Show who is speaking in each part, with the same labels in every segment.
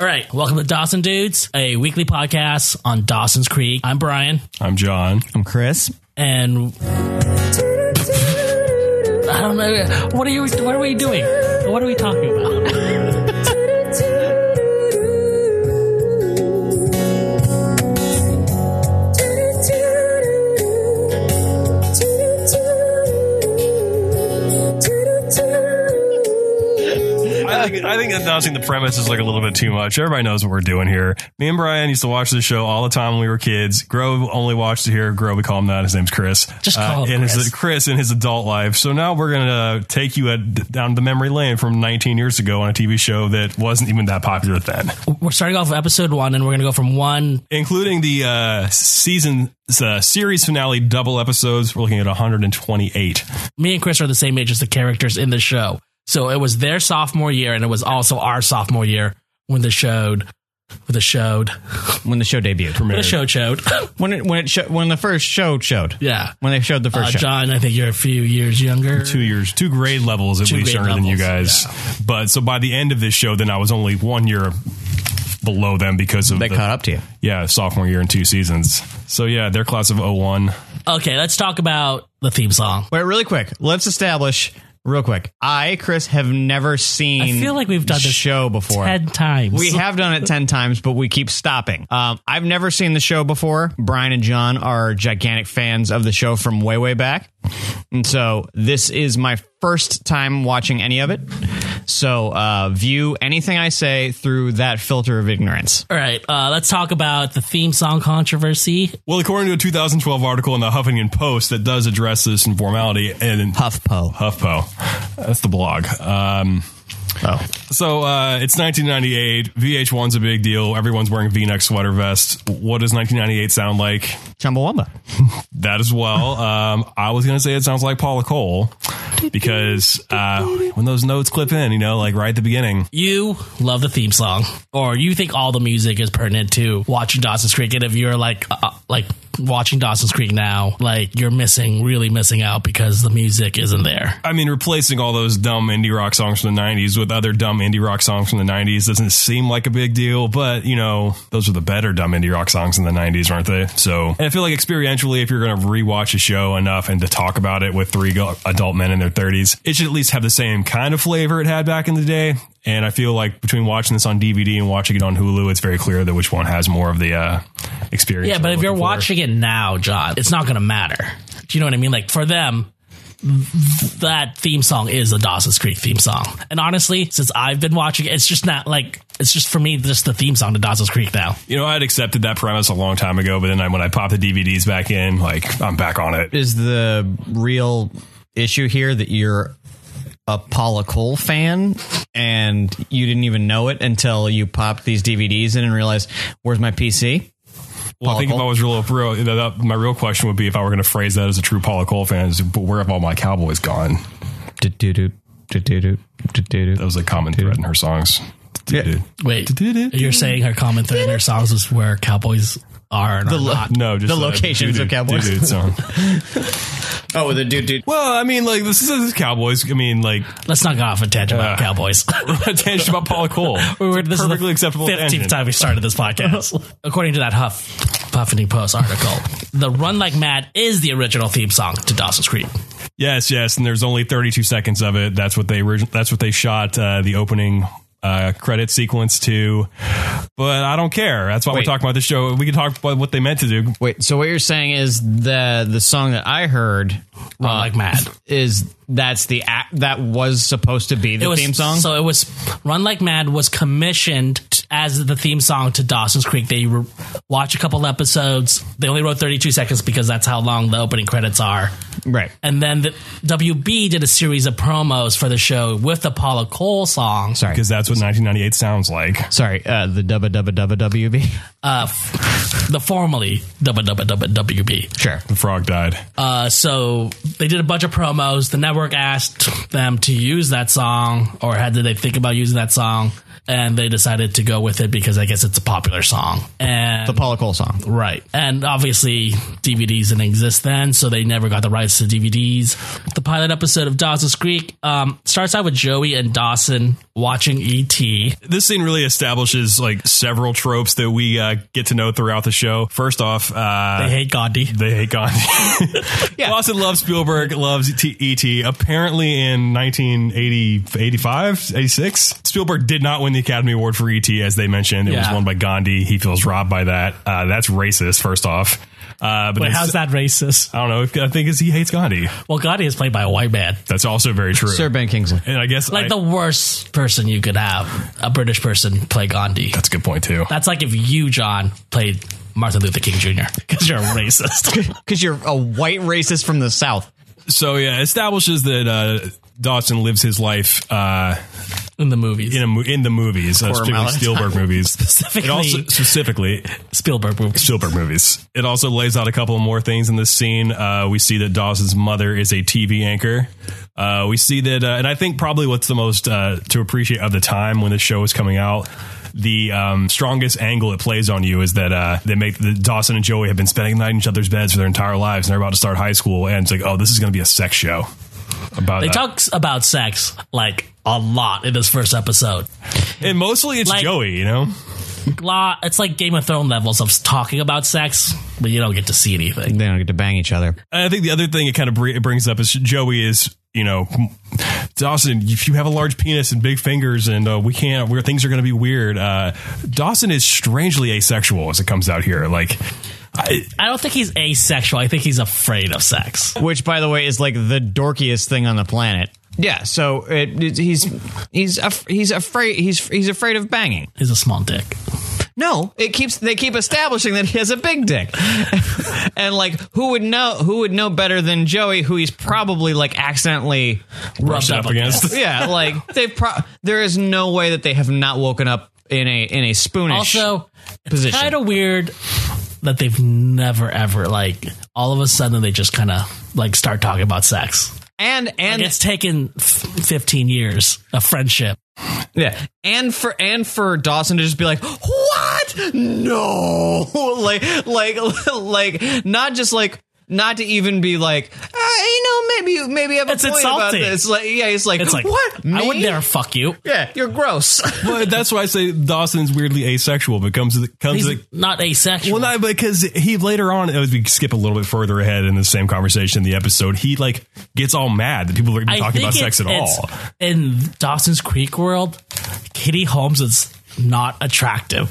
Speaker 1: All right, welcome to Dawson Dudes, a weekly podcast on Dawson's Creek. I'm Brian,
Speaker 2: I'm John.
Speaker 3: I'm Chris.
Speaker 1: and I don't know what are you. What are we doing? What are we talking about?
Speaker 2: I think, I think announcing the premise is like a little bit too much. Everybody knows what we're doing here. Me and Brian used to watch this show all the time when we were kids. Grove only watched it here. Grove, we call him that. His name's Chris.
Speaker 1: Just call him
Speaker 2: and his-
Speaker 1: Chris.
Speaker 2: Chris in his adult life. So now we're gonna take you at, down the memory lane from 19 years ago on a TV show that wasn't even that popular then,
Speaker 1: We're starting off with episode one, and we're going to go from one.
Speaker 2: including the uh, season uh, series finale double episodes. We're looking at 128.
Speaker 1: Me and Chris are the same age as the characters in the show, so it was their sophomore year, and it was also our sophomore year when the showed, when the showed,
Speaker 3: When the show debuted.
Speaker 1: when the show showed.
Speaker 3: When it when it sho- when the first show showed.
Speaker 1: yeah,
Speaker 3: When they showed the
Speaker 1: uh,
Speaker 3: first show.
Speaker 1: John, I think you're a few years younger.
Speaker 2: two years, two grade levels at
Speaker 1: Two
Speaker 2: least
Speaker 1: grade
Speaker 2: younger than you
Speaker 1: levels,
Speaker 2: guys. But so by the end of this show, then I was only one year below them because of
Speaker 3: They
Speaker 2: the,
Speaker 3: caught up to you.
Speaker 2: yeah sophomore year and two seasons. So yeah, their class of 01.
Speaker 1: Okay, let's talk about the theme song.
Speaker 3: Wait, really quick. Let's establish real quick. I, Chris, have never seen
Speaker 1: I feel like we've done this
Speaker 3: show before.
Speaker 1: ten times.
Speaker 3: we have done it 10 times, but we keep stopping. Um, I've never seen the show before. Brian and John are gigantic fans of the show from way, way back. And so this is my first time watching any of it. So uh, view anything I say through that filter of ignorance.
Speaker 1: All right, uh, let's talk about the theme song controversy.
Speaker 2: Well, according to a 2012 article in the Huffington Post that does address this informality and
Speaker 3: HuffPo.
Speaker 2: HuffPo, that's the blog. Um,
Speaker 3: Oh.
Speaker 2: So uh, it's 1998. VH1's a big deal. Everyone's wearing V-neck sweater vests. What does 1998 sound like?
Speaker 3: Chumbawamba.
Speaker 2: That as well. Um, I was gonna say it sounds like Paula Cole because uh, when those notes clip in, you know, like right at the beginning.
Speaker 1: You love the theme song, or you think all the music is pertinent to watching Dawson's Creek. And if you're like, uh, like watching Dawson's Creek now, like you're missing, really missing out because the music isn't there.
Speaker 2: I mean, replacing all those dumb indie rock songs from the '90s with other dumb indie rock songs from the '90s doesn't seem like a big deal, but you know, those are the better dumb indie rock songs in the '90s, aren't they? So, and I feel like experientially, if you're gonna rewatch a show enough and to talk about it with three go- adult men in their 30s, it should at least have the same kind of flavor it had back in the day. And I feel like between watching this on DVD and watching it on Hulu, it's very clear that which one has more of the uh, experience.
Speaker 1: Yeah, but
Speaker 2: we're
Speaker 1: if you're
Speaker 2: looking for.
Speaker 1: watching it now, John, it's not going to matter. Do you know what I mean? Like for them, th- that theme song is a Dawson's Creek theme song. And honestly, since I've been watching it, it's just not like it's just for me just the theme song to Dawson's Creek now.
Speaker 2: you know, I'd accepted that premise a long time ago, but then I, when I pop the DVDs back in, like I'm back on it.
Speaker 3: Is the real issue here that you're a Paula Cole fan and you didn't even know it until you popped these DVDs in and realized, where's my PC?
Speaker 2: Well, I think if I was real, real that, that- my real question would be if I were going to phrase that as a true Paula Cole fan, is but where have all my cowboys gone?
Speaker 3: Do-do-do, do-do-do,
Speaker 2: That
Speaker 3: do-do-do.
Speaker 2: was a common thread in her songs.
Speaker 3: Yeah.
Speaker 1: Wait, you're saying her common thread in her songs is where cowboys are and are not.
Speaker 2: No, just
Speaker 3: The locations of cowboys.
Speaker 2: doo-doo song.
Speaker 3: Oh, the dude, dude.
Speaker 2: well, I mean, like this is, this is cowboys. I mean, like
Speaker 1: Let's not go off a tangent about
Speaker 2: Uh.
Speaker 1: cowboys.
Speaker 2: a tangent about Paula Cole.
Speaker 1: We were- this
Speaker 2: Perfectly
Speaker 1: is the
Speaker 2: acceptable
Speaker 1: 15th
Speaker 2: tangent.
Speaker 1: time we started this podcast. According to that Huff Huffington Post article, the Run Like Mad is the original theme song to Dawson's Creek.
Speaker 2: Yes, yes, and there's only 32 seconds of it. That's what they origi- that's what they shot uh, the opening uh, credit sequence to. But I don't care. That's why we're
Speaker 3: Wait.
Speaker 2: talking about the show. We can talk about what they meant to do.
Speaker 3: Wait, so what you're saying is the the song that I heard
Speaker 1: Run
Speaker 2: Uh,
Speaker 1: Like Mad.
Speaker 3: is that's the act that was supposed to be the
Speaker 1: was,
Speaker 3: theme song?
Speaker 1: So it was Run Like Mad was commissioned t- as the theme song to Dawson's Creek. They re- watch a couple episodes. They only wrote 32 seconds because that's how long the opening credits are.
Speaker 3: right.
Speaker 1: And then the, WB did a series of promos for the show with the Paula Cole song.
Speaker 3: Sorry.
Speaker 2: Because that's what 1998 sounds like.
Speaker 3: Sorry, uh, the dubba dubba dubba WB.
Speaker 1: Uh, f- the formerly WB.
Speaker 3: Sure.
Speaker 2: The frog died.
Speaker 1: Uh, so they did a bunch of promos. The network asked them to use that song, or had did they think about using that song? And they decided to go with it because I guess it's a popular song. And
Speaker 3: The Paula Cole song.
Speaker 1: Right. And obviously, DVDs didn't exist then, so they never got the rights to DVDs. The pilot episode of Dawson's Creek um, starts out with Joey and Dawson watching ET.
Speaker 2: this scene really establishes like several tropes that we uh, get to know throughout the show. First off, uh,
Speaker 1: I hate Gandhi.
Speaker 2: they hate Gandhi.
Speaker 3: Yeah.
Speaker 2: Lawson loves Spielberg, loves E T- E.T. Apparently in 1980, 85, 86, Spielberg did not win the Academy Award for E.T. as they mentioned. It was
Speaker 1: Yeah.
Speaker 2: won by Gandhi. He feels robbed by that. Uh, that's racist, first off. Uh, but
Speaker 1: Wait,
Speaker 2: it's-
Speaker 1: how's that racist?
Speaker 2: I don't know. I think it's, he hates Gandhi.
Speaker 1: Well, Gandhi is played by a white man.
Speaker 2: That's also very true.
Speaker 3: Sir Ben Kingsley.
Speaker 2: and I guess
Speaker 1: Like
Speaker 2: I-
Speaker 1: the worst person you could have, a British person play Gandhi.
Speaker 2: that's a good point too.
Speaker 1: That's like if you, John, played Martin Luther King Jr. because you're a racist.
Speaker 3: Because you're a white racist from the South.
Speaker 2: So yeah, establishes that uh, Dawson lives his life uh,
Speaker 1: in the movies.
Speaker 2: in a, mo- in the movies, uh,
Speaker 3: For a mile
Speaker 2: particularly
Speaker 3: at a
Speaker 2: Spielberg movies.
Speaker 1: Specifically-
Speaker 2: it also specifically
Speaker 1: Spielberg movies.
Speaker 2: Spielberg movies. It also lays out a couple of more things in this scene. Uh, we see that Dawson's mother is a TV anchor. Uh, we see that, uh, and I think probably what's the most uh, to appreciate of the time when the show is coming out. The um, strongest angle it plays on you is that uh, they make the Dawson and Joey have been spending the night in each other's beds for their entire lives, and they're about to start high school, and it's like, oh, this is going to be a sex show. About
Speaker 1: They
Speaker 2: uh,
Speaker 1: talk about sex like a lot in this first episode.
Speaker 2: and mostly it's
Speaker 1: like-
Speaker 2: Joey, you know.
Speaker 1: Lot, it's like Game of Thrones levels of talking about sex, but you don't get to see anything.
Speaker 3: They don't get to bang each other.
Speaker 2: And I think the other thing it kind of br- it brings up is Joey is you know Dawson. If you have a large penis and big fingers, and uh, we can't, where things are going to be weird. Uh, Dawson is strangely asexual as it comes out here. Like I,
Speaker 1: I don't think he's asexual. I think he's afraid of sex.
Speaker 3: which by the way is like the dorkiest thing on the planet. Yeah, so it, it- he's he's af- he's afraid he's he's afraid of banging.
Speaker 1: He's a small dick.
Speaker 3: No, it keeps they keep establishing that he has a big dick, and like who would know who would know better than Joey, who he's probably like accidentally.
Speaker 1: Rubbed
Speaker 2: up against.
Speaker 3: Yeah, like they pro- there is no way that they have not woken up in a in a spoonish.
Speaker 1: Also, it's
Speaker 3: Position.
Speaker 1: kind of weird that they've never ever like all of a sudden they just kind of like start talking about sex.
Speaker 3: and and
Speaker 1: It's taken f- 15 years of friendship.
Speaker 3: Yeah, and for and for Dawson to just be like, "What? No!" like, like, like, not just like, not to even be like, uh, you know, maybe, maybe I have a
Speaker 1: It's
Speaker 3: point
Speaker 1: insulting.
Speaker 3: about this. Like, yeah, it's like,
Speaker 1: It's like
Speaker 3: what?
Speaker 1: I would
Speaker 3: Me?
Speaker 1: never fuck you.
Speaker 3: Yeah, you're gross.
Speaker 2: well, that's why I say Dawson's weirdly asexual because it comes
Speaker 1: He's
Speaker 2: it-
Speaker 1: not asexual.
Speaker 2: Well, not because he later on, as we skip a little bit further ahead in the same conversation, in the episode, he like gets all mad that people are even talking about
Speaker 1: it's-
Speaker 2: sex at
Speaker 1: it's-
Speaker 2: all.
Speaker 1: In Dawson's Creek world, Kitty Holmes is not attractive.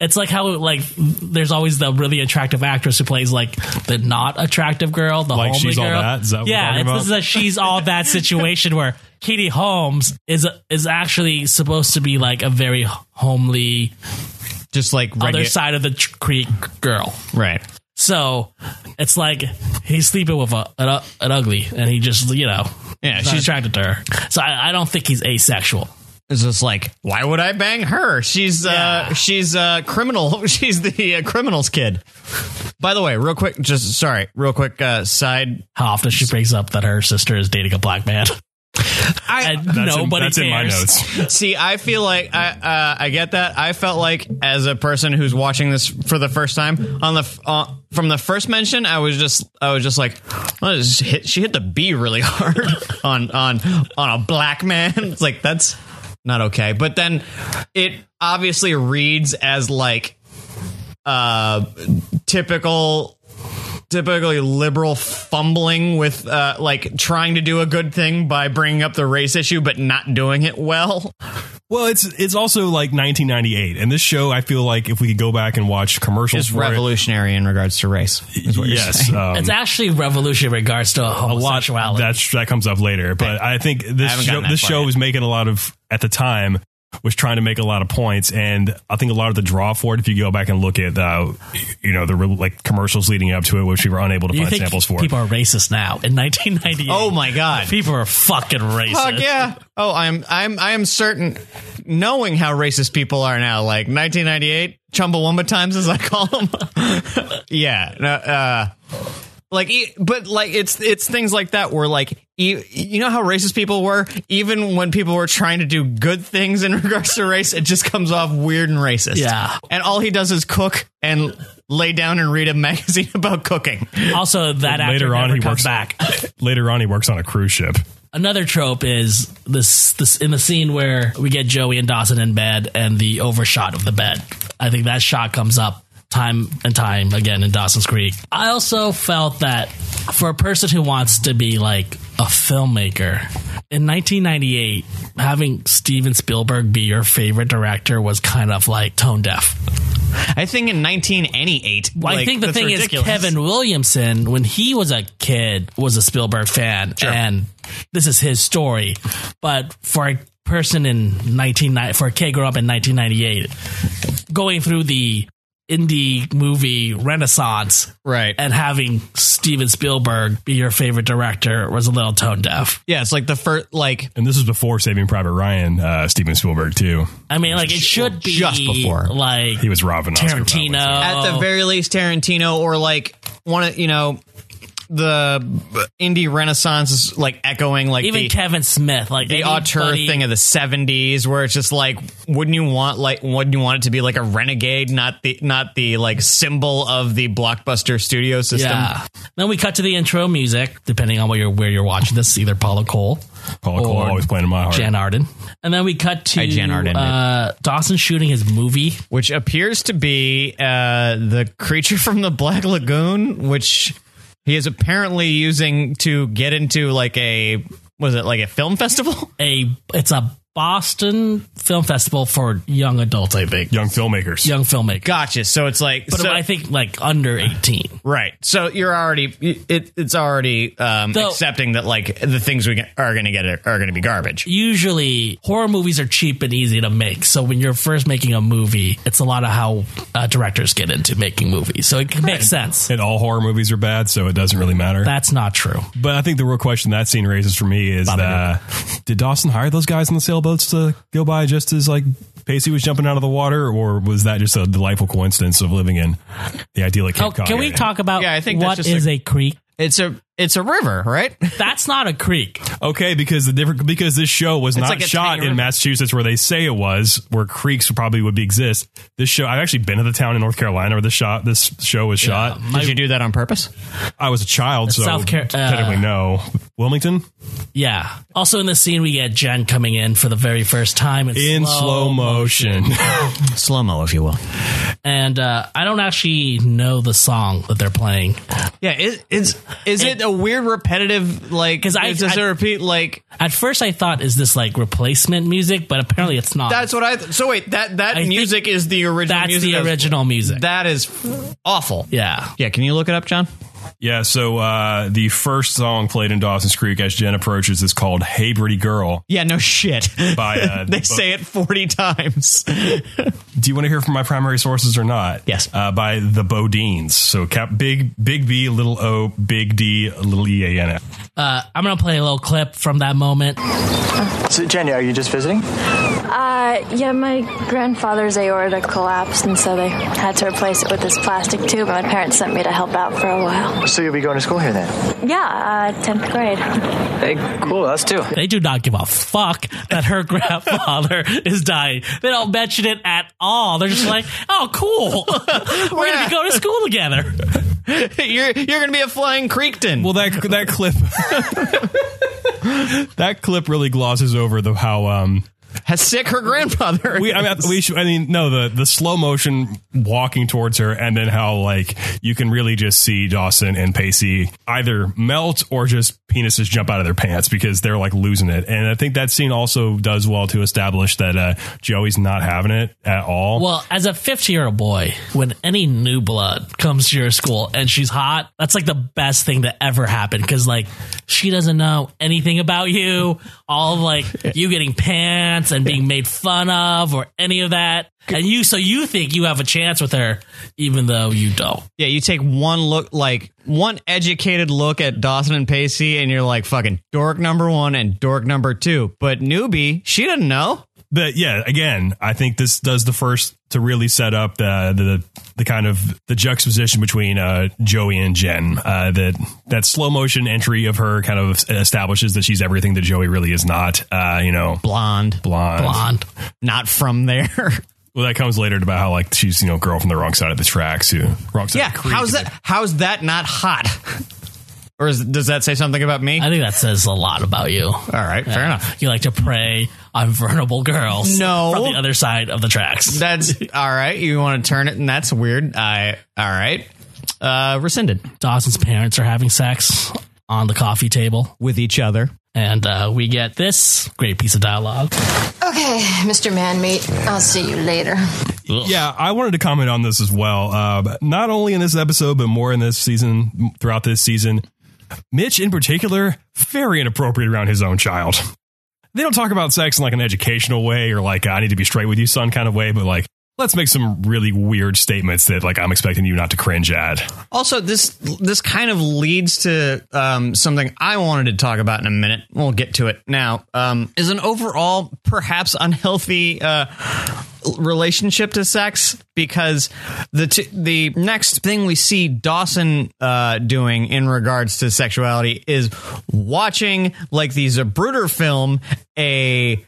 Speaker 1: It's like how like there's always the really attractive actress who plays like the not attractive girl, the
Speaker 2: Like
Speaker 1: homely
Speaker 2: She's All
Speaker 1: girl.
Speaker 2: That? Is that what we're
Speaker 1: yeah,
Speaker 2: talking
Speaker 1: it's, this is a she's all that situation where Kitty Holmes is is actually supposed to be like a very homely
Speaker 3: just like
Speaker 1: other
Speaker 3: regular,
Speaker 1: side of the tr- creek girl.
Speaker 3: right?
Speaker 1: So it's like he's sleeping with a, an, u- an ugly, and he just you know
Speaker 3: Yeah,
Speaker 1: is not
Speaker 3: she's-
Speaker 1: attracted to her. So I, I don't think he's asexual.
Speaker 3: It's just like, why would I bang her? She's
Speaker 1: Yeah.
Speaker 3: uh, she's uh, criminal. She's the uh, criminal's kid. By the way, real quick, just sorry, real quick uh, side
Speaker 1: How often she brings up that her sister is dating a black man? I, and
Speaker 2: That's in-
Speaker 1: nobody
Speaker 2: that's
Speaker 1: cares.
Speaker 2: in my notes.
Speaker 3: See, I feel like I uh, I get that. I felt like as a person who's watching this for the first time on the f- uh, from the first mention, I was just I was just like, well, this hit, she hit the B really hard on on on a black man. It's like that's not okay. But then it obviously reads as like uh typical typically liberal fumbling with uh, like trying to do a good thing by bringing up the race issue but not doing it well
Speaker 2: Well, it's it's also like 1998, and this show I feel like if we could go back and watch commercials,
Speaker 3: is
Speaker 2: for it-
Speaker 3: revolutionary in regards to race. Is what You're
Speaker 2: yes,
Speaker 3: saying.
Speaker 2: um,
Speaker 1: It's actually revolution in regards to homosexuality.
Speaker 2: that's that comes up later. But I think
Speaker 3: I
Speaker 2: this
Speaker 3: haven't
Speaker 2: show,
Speaker 3: gotten that
Speaker 2: this
Speaker 3: far
Speaker 2: show
Speaker 3: yet.
Speaker 2: was making a lot of at the time was trying to make a lot of points, and I think a lot of the draw for it. If you go back and look at uh, you know the real, like commercials leading up to it, which we were unable to
Speaker 1: you
Speaker 2: find
Speaker 1: think
Speaker 2: samples for.
Speaker 1: people are racist now in 1998?
Speaker 3: Oh my god.
Speaker 1: people are fucking racist.
Speaker 3: Fuck yeah. Oh, I'm I'm I am certain knowing how racist people are now like 1998 Chumbawamba times as I call them. yeah. no, Uh like e- but like it's it's things like that where like e- you know how racist people were even when people were trying to do good things in regards to race it just comes off weird and racist
Speaker 1: Yeah.
Speaker 3: and all he does is cook and lay down and read a magazine about cooking
Speaker 1: Also, that actor
Speaker 2: Later on,
Speaker 1: never
Speaker 2: he
Speaker 1: comes
Speaker 2: works
Speaker 1: back.
Speaker 2: Later on, he works on a cruise ship.
Speaker 1: Another trope is this this in the scene where we get Joey and Dawson in bed and the overshot of the bed. I think that shot comes up time and time again in Dawson's Creek. I also felt that for a person who wants to be like a filmmaker in 1998, having Steven Spielberg be your favorite director was kind of like tone deaf.
Speaker 3: I think in 1988.
Speaker 1: Well, I
Speaker 3: like,
Speaker 1: think the
Speaker 3: that's
Speaker 1: thing
Speaker 3: ridiculous.
Speaker 1: is, Kevin Williamson, when he was a kid, was a Spielberg fan, and this is his story. But for a person in 1990, for a kid growing up in 1998, going through the indie movie renaissance
Speaker 3: Right.
Speaker 1: and having Steven Spielberg be your favorite director was a little tone deaf.
Speaker 3: Yeah, it's like the first, like,
Speaker 2: And this is before Saving Private Ryan, uh, Steven Spielberg, too.
Speaker 1: I mean, like it should be
Speaker 3: Just before.
Speaker 1: like
Speaker 2: He was robbing
Speaker 1: Tarantino
Speaker 3: at
Speaker 1: Oh.
Speaker 3: the very least, Tarantino or like one of, you know, the indie renaissance is like echoing like
Speaker 1: even
Speaker 3: the,
Speaker 1: Kevin Smith, like
Speaker 3: the auteur
Speaker 1: anybody-
Speaker 3: thing of the 70s where it's just like wouldn't you want like wouldn't you want it to be like a renegade not the not the like symbol of the blockbuster studio system
Speaker 1: Yeah. Then we cut to the intro music, depending on where you're where you're watching this, either Paula Cole,
Speaker 2: Paul Cole
Speaker 1: or
Speaker 2: always playing in my heart.
Speaker 1: Jan Arden, and then we cut to
Speaker 3: Hi, Jan Arden.
Speaker 1: uh, Dawson shooting his movie.
Speaker 3: which appears to be uh the creature from the black lagoon which he is apparently using to get into like a was it like a film festival
Speaker 1: A it's a Boston Film Festival for young adults, I think,
Speaker 2: Young filmmakers.
Speaker 1: young filmmakers.
Speaker 3: gotcha so it's like
Speaker 1: but
Speaker 3: so-
Speaker 1: I think like under eighteen.
Speaker 3: Right. So you're already it, it's already um,
Speaker 1: Though-
Speaker 3: accepting that like the things we are going to get are going to be garbage.
Speaker 1: Usually, horror movies are cheap and easy to make. So when you're first making a movie, it's a lot of how uh, directors get into making movies. So it makes sense.
Speaker 2: And all horror movies are bad, so it doesn't really matter.
Speaker 1: That's not true.
Speaker 2: but I think the real question that scene raises for me is uh, did Dawson hire those guys on the sailboats to go by just as like Pacey was jumping out of the water, or was that just a delightful coincidence of living in the idyllic Cape
Speaker 1: Oh,
Speaker 2: Cod
Speaker 1: can we
Speaker 2: area?
Speaker 1: talk about
Speaker 3: Yeah, I think that's
Speaker 1: what
Speaker 3: just
Speaker 1: is a creek?
Speaker 3: It's a it's a river, right?
Speaker 1: That's not a creek.
Speaker 2: Okay, because the different because this show was not
Speaker 3: like a
Speaker 2: shot
Speaker 3: tiny
Speaker 2: in
Speaker 3: river.
Speaker 2: Massachusetts where they say it was, where creeks probably would be exist. This show, I've actually been to the town in North Carolina where this shot this show was shot.
Speaker 1: My-
Speaker 3: Did you do that on purpose?
Speaker 2: I was a child, so
Speaker 1: South Car- uh,
Speaker 2: technically no. Wilmington
Speaker 1: yeah. Also in the scene, we get Jen coming in for the very first time
Speaker 2: in slow motion.
Speaker 3: Slow mo, if you will.
Speaker 1: and uh, I don't actually know the song that they're playing.
Speaker 3: Yeah. It, it's is it, a weird repetitive like?
Speaker 1: 'Cause I-
Speaker 3: it's just
Speaker 1: I-
Speaker 3: a repeat like
Speaker 1: At first, I thought is this like replacement music, but apparently it's not.
Speaker 3: that's what I. Th- so wait, that that
Speaker 1: think
Speaker 3: music is the original.
Speaker 1: That's
Speaker 3: music
Speaker 1: the
Speaker 3: that was-
Speaker 1: original music.
Speaker 3: That is awful.
Speaker 1: yeah.
Speaker 3: Yeah. Can you look it up, John?
Speaker 2: yeah, so uh, the first song played in Dawson's Creek as Jen approaches is called "Hey Pretty Girl."
Speaker 3: Yeah. No shit.
Speaker 2: By uh,
Speaker 3: they
Speaker 2: Bo-
Speaker 3: say it forty times.
Speaker 2: do you want to hear from my primary sources or not?
Speaker 3: Yes.
Speaker 2: uh, by the Bodines. So cap big big B little O big D little E A N. F.
Speaker 1: Uh, I'm gonna play a little clip from that moment.
Speaker 4: So, Jenny, are you just visiting?
Speaker 5: Uh, yeah, my grandfather's aorta collapsed, and so they had to replace it with this plastic tube. My parents sent me to help out for a while.
Speaker 4: So you'll be going to school here then?
Speaker 5: Yeah, uh, 10th grade.
Speaker 4: Hey, cool. Us too.
Speaker 1: They do not give a fuck that her grandfather is dying. They don't mention it at all. They're just like, oh, cool. We're gonna go to school together.
Speaker 3: you're you're gonna be a flying Creekton.
Speaker 2: Well, that that clip that clip really glosses over the how um
Speaker 3: Has sick her grandfather.
Speaker 2: we I mean we should, I mean no the the slow motion walking towards her and then how like you can really just see Dawson and Pacey either melt or just penises jump out of their pants because they're like losing it and I think that scene also does well to establish that uh, Joey's not having it at all.
Speaker 1: Well, as a 50 year old boy, when any new blood comes to your school and she's hot, that's like the best thing that ever happened because, like, she doesn't know anything about you, all of like you getting pants and being made fun of or any of that. And you, so you think you have a chance with her, even though you don't.
Speaker 3: yeah, you take one look, like one educated look at Dawson and Pacey, and you're like, fucking dork number one and dork number two. But newbie, she didn't know.
Speaker 2: but yeah, again, I think this does the first to really set up the the, the kind of the juxtaposition between uh, Joey and Jen. Uh, that that slow motion entry of her kind of establishes that she's everything that Joey really is not. Uh, you know,
Speaker 3: Blonde,
Speaker 2: blonde.
Speaker 1: Blonde.
Speaker 3: not from there.
Speaker 2: Well, that comes later about how like she's you know girl from the wrong side of the tracks who wrong side.
Speaker 3: yeah,
Speaker 2: of the creek.
Speaker 3: how's that? How's that not hot? Or is, does that say something about me?
Speaker 1: I think that says a lot about you.
Speaker 3: All right, fair enough.
Speaker 1: You like to prey on vulnerable girls.
Speaker 3: No.
Speaker 1: From the other side of the tracks.
Speaker 3: That's all right. You want to turn it, and that's weird. I all right. Uh, rescinded
Speaker 1: Dawson's parents are having sex on the coffee table.
Speaker 3: with each other.
Speaker 1: And uh, we get this great piece of dialogue.
Speaker 6: Okay, Mr. Manmeat, I'll see you later.
Speaker 2: Yeah, I wanted to comment on this as well. Uh, but not only in this episode, but more in this season, m- throughout this season. Mitch, in particular, very inappropriate around his own child. They don't talk about sex in like an educational way or like uh, I need to be straight with you, son, kind of way, but like let's make some really weird statements that like I'm expecting you not to cringe at.
Speaker 3: Also, this this kind of leads to um, something I wanted to talk about in a minute. We'll get to it now. Um, is an overall perhaps unhealthy uh, relationship to sex because the t- the next thing we see Dawson uh, doing in regards to sexuality is watching like the Zabruder film a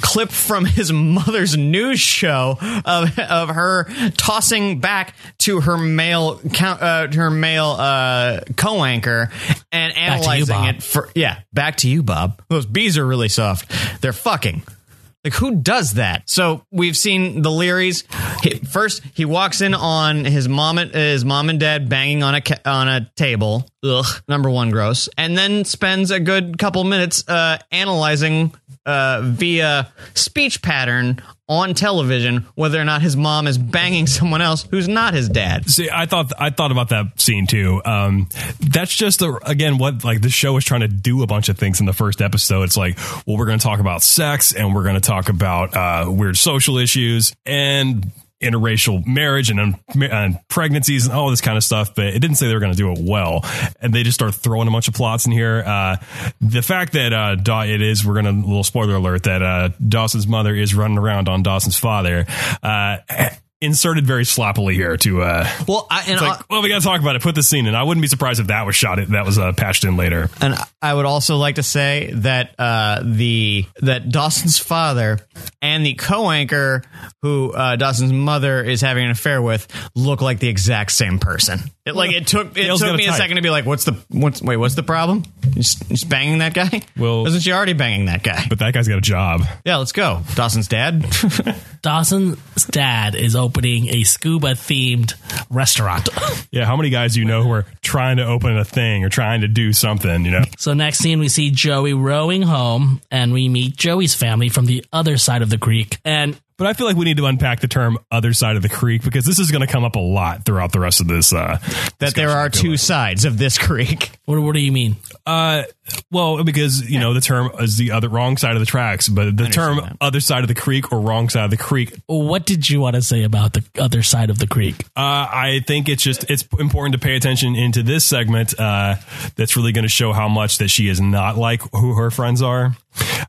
Speaker 3: clip from his mother's news show of of her tossing back to her male count, uh, to her male uh, co-anchor and
Speaker 1: to you,
Speaker 3: analyzing
Speaker 1: Bob.
Speaker 3: it for yeah back to you Bob those bees are really soft they're fucking like who does that? So we've seen the Learys. He- First, he walks in on his mom and his mom and dad banging on a ca- on a table. Ugh, number one, gross. And then spends a good couple minutes uh, analyzing uh, via speech pattern on television whether or not his mom is banging someone else who's not his dad.
Speaker 2: See, I thought I thought about that scene too. Um, that's just the again what like the show is trying to do a bunch of things in the first episode. It's like, well, we're going to talk about sex and we're going to talk about uh, weird social issues and interracial marriage and, um, and pregnancies and all this kind of stuff. But it didn't say they were going to do it well, and they just start throwing a bunch of plots in here. Uh, the fact that uh, Daw- it is we're going to little spoiler alert that uh, Dawson's mother is running around on Dawson's father. Uh, Inserted very sloppily here to uh,
Speaker 3: Well, I, and
Speaker 2: it's
Speaker 3: I-
Speaker 2: like, well, we got to talk about it. Put the scene in. I wouldn't be surprised if that was shot. That was uh, patched in later.
Speaker 3: And I would also like to say that uh, the that Dawson's father and the co-anchor who uh, Dawson's mother is having an affair with look like the exact same person. It, like it took it
Speaker 2: Dale's got
Speaker 3: took
Speaker 2: a
Speaker 3: me a
Speaker 2: type.
Speaker 3: second to be like, what's the what's wait what's the problem? Just, just banging that guy?
Speaker 2: Well-
Speaker 3: wasn't she already banging that guy?
Speaker 2: But that guy's got a job.
Speaker 3: yeah, let's go. Dawson's dad.
Speaker 1: Dawson's dad is opening a scuba themed restaurant.
Speaker 2: Yeah. How many guys do you know who are trying to open a thing or trying to do something? You know.
Speaker 1: so, next scene, we see Joey rowing home and we meet Joey's family from the other side of the creek. And
Speaker 2: But I feel like we need to unpack the term "other side of the creek" because this is going to come up a lot throughout the rest of this. Uh,
Speaker 3: that there are two sides of this creek.
Speaker 1: what, what do you mean?
Speaker 2: uh, well, because you know the term is the other wrong side of the tracks, but the term
Speaker 3: that.
Speaker 2: "other side of the creek" or "wrong side of the creek"
Speaker 1: What did you want to say about the other side of the creek?
Speaker 2: Uh, I think it's just it's important to pay attention into this segment. Uh, that's really going to show how much that she is not like who her friends are.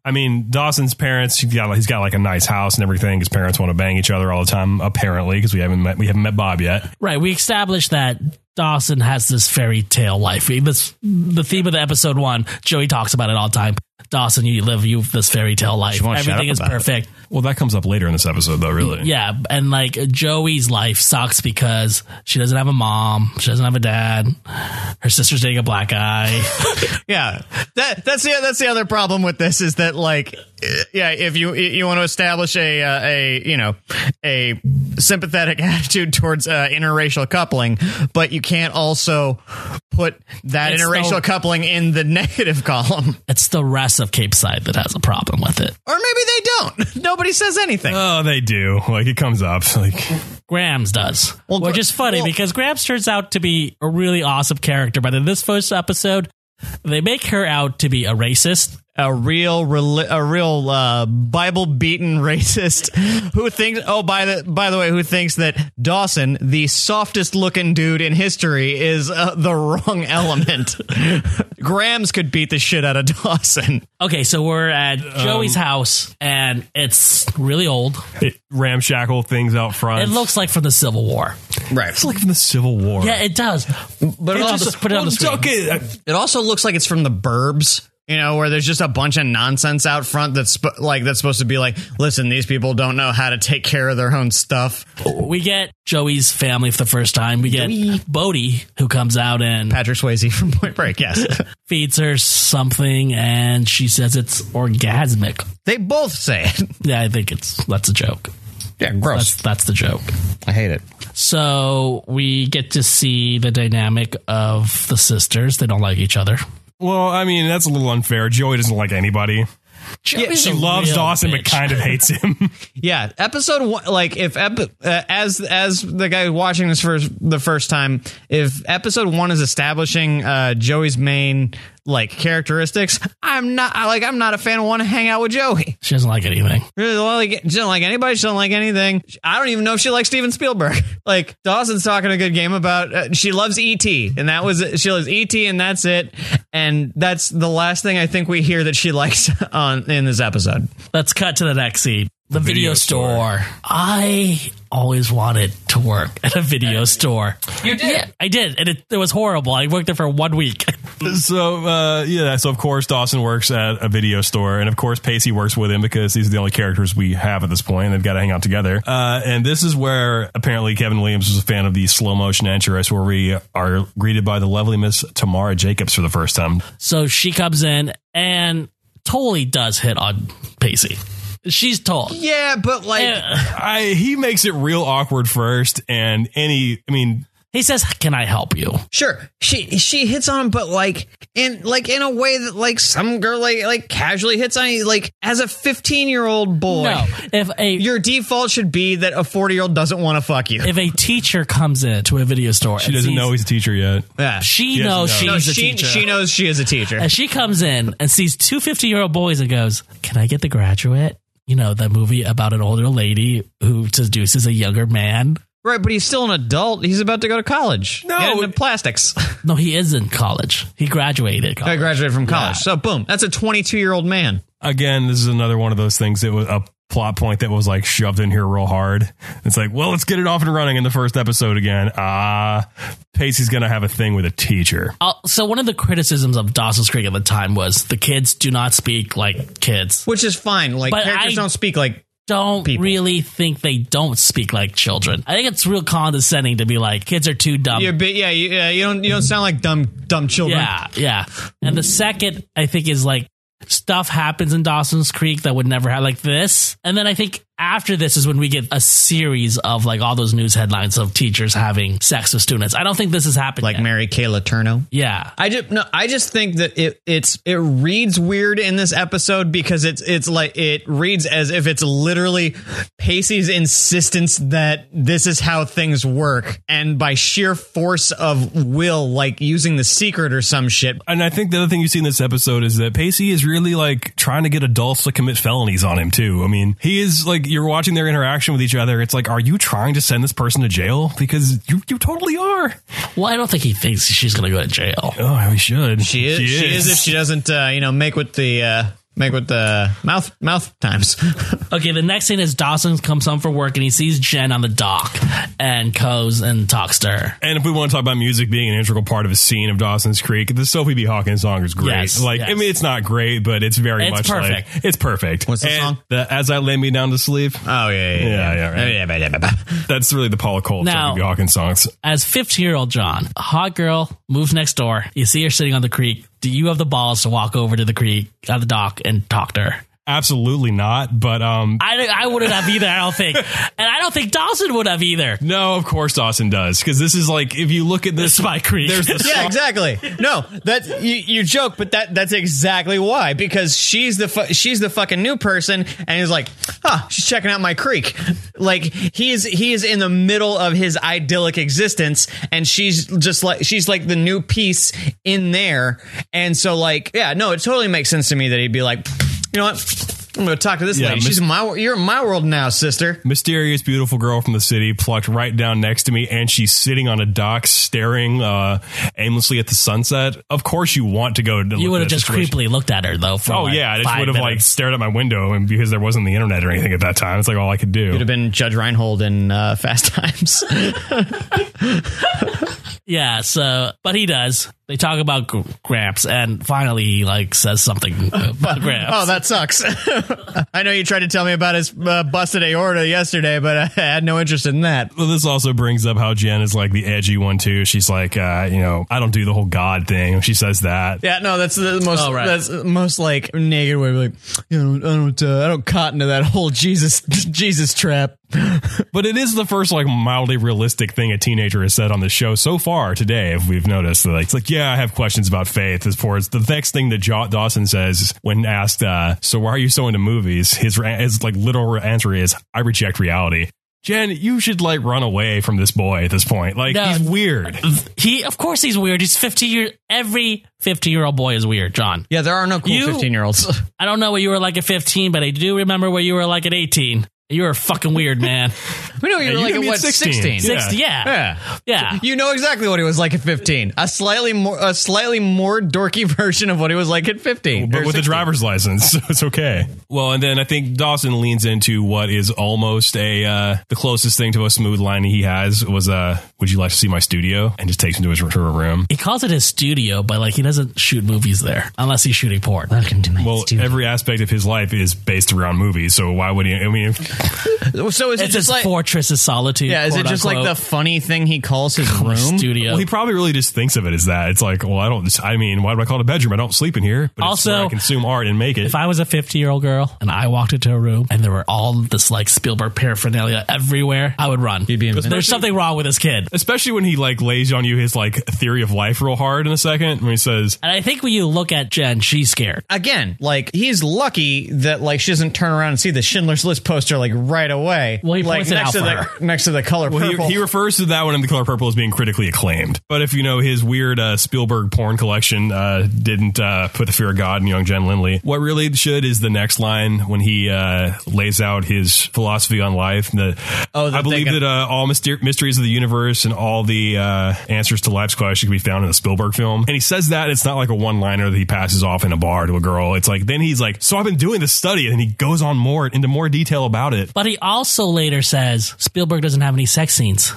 Speaker 2: I mean, Dawson's parents. He's got he's got like a nice house and everything. His parents want to bang each other all the time, apparently, because we haven't met we haven't met Bob yet.
Speaker 1: Right. We established that Dawson has this fairy tale life. He- This the theme of the episode one. Joey talks about it all the time. Dawson, you live you have this fairy tale life.
Speaker 3: won't shut
Speaker 1: Everything
Speaker 3: up
Speaker 1: is
Speaker 3: about it.
Speaker 1: perfect.
Speaker 2: Well, that comes up later in this episode, though. Really,
Speaker 1: Yeah, and like Joey's life sucks because she doesn't have a mom, she doesn't have a dad, her sister's dating a black guy.
Speaker 3: Yeah, that that's the that's the other problem with this is that like, eh, yeah, if you you want to establish a uh, a you know a sympathetic attitude towards uh, interracial coupling, but you can't also put that
Speaker 1: It's
Speaker 3: interracial
Speaker 1: no-
Speaker 3: coupling in the negative column,
Speaker 1: it's the rest of Cape Side that has a problem with it.
Speaker 3: or maybe they don't. Nobody says anything.
Speaker 2: Oh, they do. Like it comes up. Like
Speaker 1: Grams does,
Speaker 3: Well,
Speaker 1: which
Speaker 3: gr-
Speaker 1: is funny
Speaker 3: well-
Speaker 1: because Grams turns out to be a really awesome character. But in this first episode, they make her out to be a racist.
Speaker 3: a real reli- a real uh, Bible beaten racist who thinks oh by the by the way who thinks that Dawson the softest looking dude in history is uh, the wrong element. Grams could beat the shit out of Dawson.
Speaker 1: Okay, so we're at
Speaker 3: Um,
Speaker 1: Joey's house, and it's really old.
Speaker 2: it, ramshackle things out front.
Speaker 1: It looks like from the Civil War.
Speaker 3: Right.
Speaker 2: It's like from the Civil War.
Speaker 1: Yeah, it does. But
Speaker 3: it
Speaker 1: put it on the,
Speaker 3: also-
Speaker 1: put it on the
Speaker 2: Well,
Speaker 1: screen.
Speaker 2: okay, uh,
Speaker 3: It also looks like it's from the Burbs. You know, where there's just a bunch of nonsense out front that's sp- like that's supposed to be like, listen, these people don't know how to take care of their own stuff.
Speaker 1: We get Joey's family for the first time. We get Bodie, who comes out and
Speaker 3: Patrick Swayze from Point Break, yes.
Speaker 1: feeds her something, and she says it's orgasmic.
Speaker 3: they both say it.
Speaker 1: Yeah, I think it's that's a joke.
Speaker 3: Yeah, gross.
Speaker 1: That's that's the joke.
Speaker 3: I hate it.
Speaker 1: So we get to see the dynamic of the sisters. They don't like each other.
Speaker 2: Well, I mean, that's a little unfair. Joey doesn't like anybody.
Speaker 1: Joey's
Speaker 2: she
Speaker 1: a
Speaker 2: loves
Speaker 1: real
Speaker 2: Dawson, but
Speaker 1: bitch.
Speaker 2: kind of hates him.
Speaker 3: Yeah, episode one. Like if epi- uh, as as the guy watching this for the first time, if episode one is establishing uh, Joey's main like characteristics, I'm not I, like I'm not a fan. Want to hang out with Joey?
Speaker 1: She doesn't like anything.
Speaker 3: Really, well, like, she doesn't like anybody. She doesn't like anything. I don't even know if she likes Steven Spielberg. Like Dawson's talking a good game about uh, she loves ET, and that was it. she loves ET, and that's it. And that's the last thing I think we hear that she likes on in this episode.
Speaker 1: Let's cut to the next scene. The, video,
Speaker 2: video
Speaker 1: store. I always wanted to work at a video store. You did? Yeah, I did. And it, it was horrible. I worked there for one week.
Speaker 2: so, uh, yeah, so of course, Dawson works at a video store. And of course, Pacey works with him because these are the only characters we have at this point. And they've got to hang out together. Uh, and this is where apparently Kevin Williams was a fan of the slow motion entrance where we are greeted by the lovely Miss Tamara Jacobs for the first time.
Speaker 1: So she comes in and totally does hit on Pacey. She's tall.
Speaker 3: Yeah, but like.
Speaker 2: I, he makes it real awkward first. And any, I mean,
Speaker 1: He says, Can I help you?
Speaker 3: Sure, she she hits on him, but like in like in a way that like some girl like like casually hits on you. Like as a fifteen year old boy,
Speaker 1: No. If a
Speaker 3: your default should be that a forty year old doesn't want to fuck you.
Speaker 1: if a teacher comes in to a video store,
Speaker 2: she doesn't know he's a teacher yet.
Speaker 3: yeah.
Speaker 1: She
Speaker 2: doesn't
Speaker 1: knows
Speaker 2: know.
Speaker 1: she's
Speaker 3: No,
Speaker 1: a
Speaker 3: she
Speaker 1: teacher.
Speaker 3: she knows she is a teacher.
Speaker 1: And she comes in and sees two 50 year old boys and goes, Can I get the graduate? You know, the movie about an older lady who seduces a younger man.
Speaker 3: Right, but he's still an adult. He's about to go to college.
Speaker 2: No.
Speaker 3: Get into plastics.
Speaker 1: No, he is in college. He graduated.
Speaker 3: I
Speaker 1: College.
Speaker 3: graduated from college. So boom, that's a twenty two year old man.
Speaker 2: again, this is another one of those things that was a plot point that was like shoved in here real hard. It's like, well, let's get it off and running in the first episode again. Ah, Pacey's gonna have a thing with a teacher.
Speaker 1: Uh, so, one of the criticisms of Dawson's Creek at the time was the kids do not speak like kids.
Speaker 3: Which is fine. Like
Speaker 1: But
Speaker 3: characters
Speaker 1: I-
Speaker 3: don't speak like
Speaker 1: Don't
Speaker 3: People.
Speaker 1: really think they don't speak like children. I think it's real condescending to be like, kids are too dumb.
Speaker 3: you're bit yeah, you, yeah, you don't you don't sound like dumb dumb children.
Speaker 1: Yeah, yeah. And the second, I think, is like stuff happens in Dawson's Creek that would never have like this. And then I think after this is when we get a series of like all those news headlines of teachers having sex with students. I don't think this has happened.
Speaker 3: Like
Speaker 1: yet.
Speaker 3: Mary Kay Letourneau.
Speaker 1: yeah.
Speaker 3: I just no. I just think that it it's it reads weird in this episode because it's it's like it reads as if it's literally Pacey's insistence that this is how things work, and by sheer force of will, like using the secret or some shit.
Speaker 2: And I think the other thing you see in this episode is that Pacey is really like trying to get adults to commit felonies on him too. I mean, he is like you're watching their interaction with each other. It's like, are you trying to send this person to jail? Because you you totally are.
Speaker 1: Well, I don't think he thinks she's going to go to jail.
Speaker 2: Oh, we should.
Speaker 3: She is she, is. if she doesn't uh, you know make with the uh, make with the mouth mouth times.
Speaker 1: Okay, the next thing is Dawson comes home from work and he sees Jen on the dock and goes and talks to her.
Speaker 2: And if we want to talk about music being an integral part of a scene of Dawson's Creek, the Sophie B. Hawkins song is great.
Speaker 1: Yes,
Speaker 2: like, I
Speaker 1: yes.
Speaker 2: mean, it's not great, but it's very
Speaker 1: It's
Speaker 2: much
Speaker 1: perfect.
Speaker 2: like it's perfect.
Speaker 3: What's the
Speaker 2: And
Speaker 3: song?
Speaker 2: The As I Lay Me Down to Sleep.
Speaker 3: oh yeah yeah
Speaker 2: Yeah, yeah, right.
Speaker 3: yeah, yeah, yeah, yeah.
Speaker 2: That's really the Paula Cole
Speaker 1: Now-
Speaker 2: Sophie B. Hawkins songs.
Speaker 1: As 15 year old John, a hot girl moves next door. You see her sitting on the creek. Do you have the balls to walk over to the creek, on the dock, and talk to her?
Speaker 2: Absolutely not. But um,
Speaker 1: I, I wouldn't have either, I don't think. And I don't think Dawson would have either.
Speaker 2: no, of course Dawson does because this is like if you look at this,
Speaker 1: This is my creek.
Speaker 2: There's the
Speaker 3: Yeah,
Speaker 2: song-
Speaker 3: exactly. No, that you, you joke, but that that's exactly why because she's the fu- she's the fucking new person, and he's like, huh, she's checking out my creek. Like he is he is in the middle of his idyllic existence, and she's just like she's like the new piece in there, and so like yeah, no, it totally makes sense to me that he'd be like, you know what. I'm gonna talk to this
Speaker 2: Yeah,
Speaker 3: lady.
Speaker 2: Miss-
Speaker 3: She's in my wor- you're in my world now, sister.
Speaker 2: mysterious, beautiful girl from the city plucked right down next to me, and she's sitting on a dock staring uh, aimlessly at the sunset. Of course, you want to go. To
Speaker 1: You would
Speaker 2: look
Speaker 1: have
Speaker 2: at this
Speaker 1: just
Speaker 2: situation.
Speaker 1: creepily looked at her, though. For
Speaker 2: Oh
Speaker 1: like
Speaker 2: yeah, I just
Speaker 1: five
Speaker 2: would have like
Speaker 1: minutes.
Speaker 2: stared at my window, and because there wasn't the internet or anything at that time, it's like all I could do.
Speaker 3: Could have been Judge Reinhold in uh, Fast Times.
Speaker 1: Yeah, so but he does. They talk about Gr- Gramps, and finally he like says something about Gramps.
Speaker 3: Oh, that sucks. I know you tried to tell me about his uh, busted aorta yesterday, but I had no interest in that.
Speaker 2: Well, this also brings up how Jen is like the edgy one too. She's like, uh, you know, I don't do the whole God thing. She says that.
Speaker 3: Yeah, no, that's the most.
Speaker 1: Oh, right.
Speaker 3: That's the most like naked way. Like, you know, I don't, uh, I don't cotton to that whole Jesus, Jesus trap.
Speaker 2: But it is the first like mildly realistic thing a teenager has said on the show so far today. If we've noticed, like it's like, yeah, I have questions about faith. As far as the next thing that jo- Dawson says when asked, uh, so why are you so into movies? His ra- his like literal answer is, I reject reality. Jen, you should like run away from this boy at this point. Like
Speaker 1: No.
Speaker 2: he's weird.
Speaker 1: He of course he's weird. He's fifty year every fifty year old boy is weird, John.
Speaker 3: Yeah, there are no cool
Speaker 1: You-
Speaker 3: fifteen-year-olds.
Speaker 1: I don't know what you were like at fifteen, but I do remember where you were like at eighteen. You were fucking weird, man.
Speaker 3: we know you're
Speaker 2: you
Speaker 3: like
Speaker 2: can
Speaker 3: at
Speaker 2: be at
Speaker 3: what
Speaker 2: 16.
Speaker 3: sixteen.
Speaker 2: Yeah.
Speaker 1: Sixty, yeah.
Speaker 3: Yeah.
Speaker 1: Yeah.
Speaker 3: You know exactly what he was like at 15. A slightly more a slightly more dorky version of what he was like at 15.
Speaker 2: but
Speaker 3: Or
Speaker 2: with a
Speaker 3: 16.
Speaker 2: driver's license, so it's okay. Well, and then I think Dawson leans into what is almost a uh, the closest thing to a smooth line he has was uh, "Would you like to see my studio?" and just takes him to his her room.
Speaker 1: He calls it his studio, but like he doesn't shoot movies there unless he's shooting porn.
Speaker 7: Welcome to my
Speaker 2: Well,
Speaker 7: studio.
Speaker 2: every aspect of his life is based around movies, so why would he? I mean,
Speaker 3: So is it
Speaker 1: It's his
Speaker 3: just like
Speaker 1: fortress of solitude.
Speaker 3: Yeah, is it
Speaker 1: quote
Speaker 3: just like
Speaker 1: unquote.
Speaker 3: the funny thing he calls his room?
Speaker 1: studio?
Speaker 2: well, he probably really just thinks of it as that. It's like, well, I don't. I mean, why do I call it a bedroom? I don't sleep in here. But it's
Speaker 1: Also,
Speaker 2: where I consume art and make it.
Speaker 1: If I was a 50 year old girl and I walked into a room and there were all this like Spielberg paraphernalia everywhere, I would run.
Speaker 3: You'd be in
Speaker 1: There's
Speaker 3: Venice.
Speaker 1: something wrong with this kid.
Speaker 2: Especially when he like lays on you his like theory of life real hard in a second when he says,
Speaker 1: And I think when you look at Jen, she's scared.
Speaker 3: Again, like he's lucky that like she doesn't turn around and see the Schindler's List poster like right away.
Speaker 1: Well, he
Speaker 3: like
Speaker 1: points it out
Speaker 3: next to
Speaker 1: for
Speaker 3: the next to the color
Speaker 2: Well,
Speaker 3: purple.
Speaker 2: he, he refers to that one in the color purple as being critically acclaimed. But if you know his weird uh, Spielberg porn collection uh, didn't uh, put the fear of God in young Jen Lindley, what really should is the next line when he uh, lays out his philosophy on life. The,
Speaker 3: Oh, that
Speaker 2: I believe
Speaker 3: they got-
Speaker 2: that uh, all myster- mysteries of the universe and all the uh, answers to life's questions can be found in the Spielberg film. And he says that it's not like a one liner that he passes off in a bar to a girl. It's like then he's like, so I've been doing this study, and he goes on more into more detail about it.
Speaker 1: But he also later says Spielberg doesn't have any sex scenes.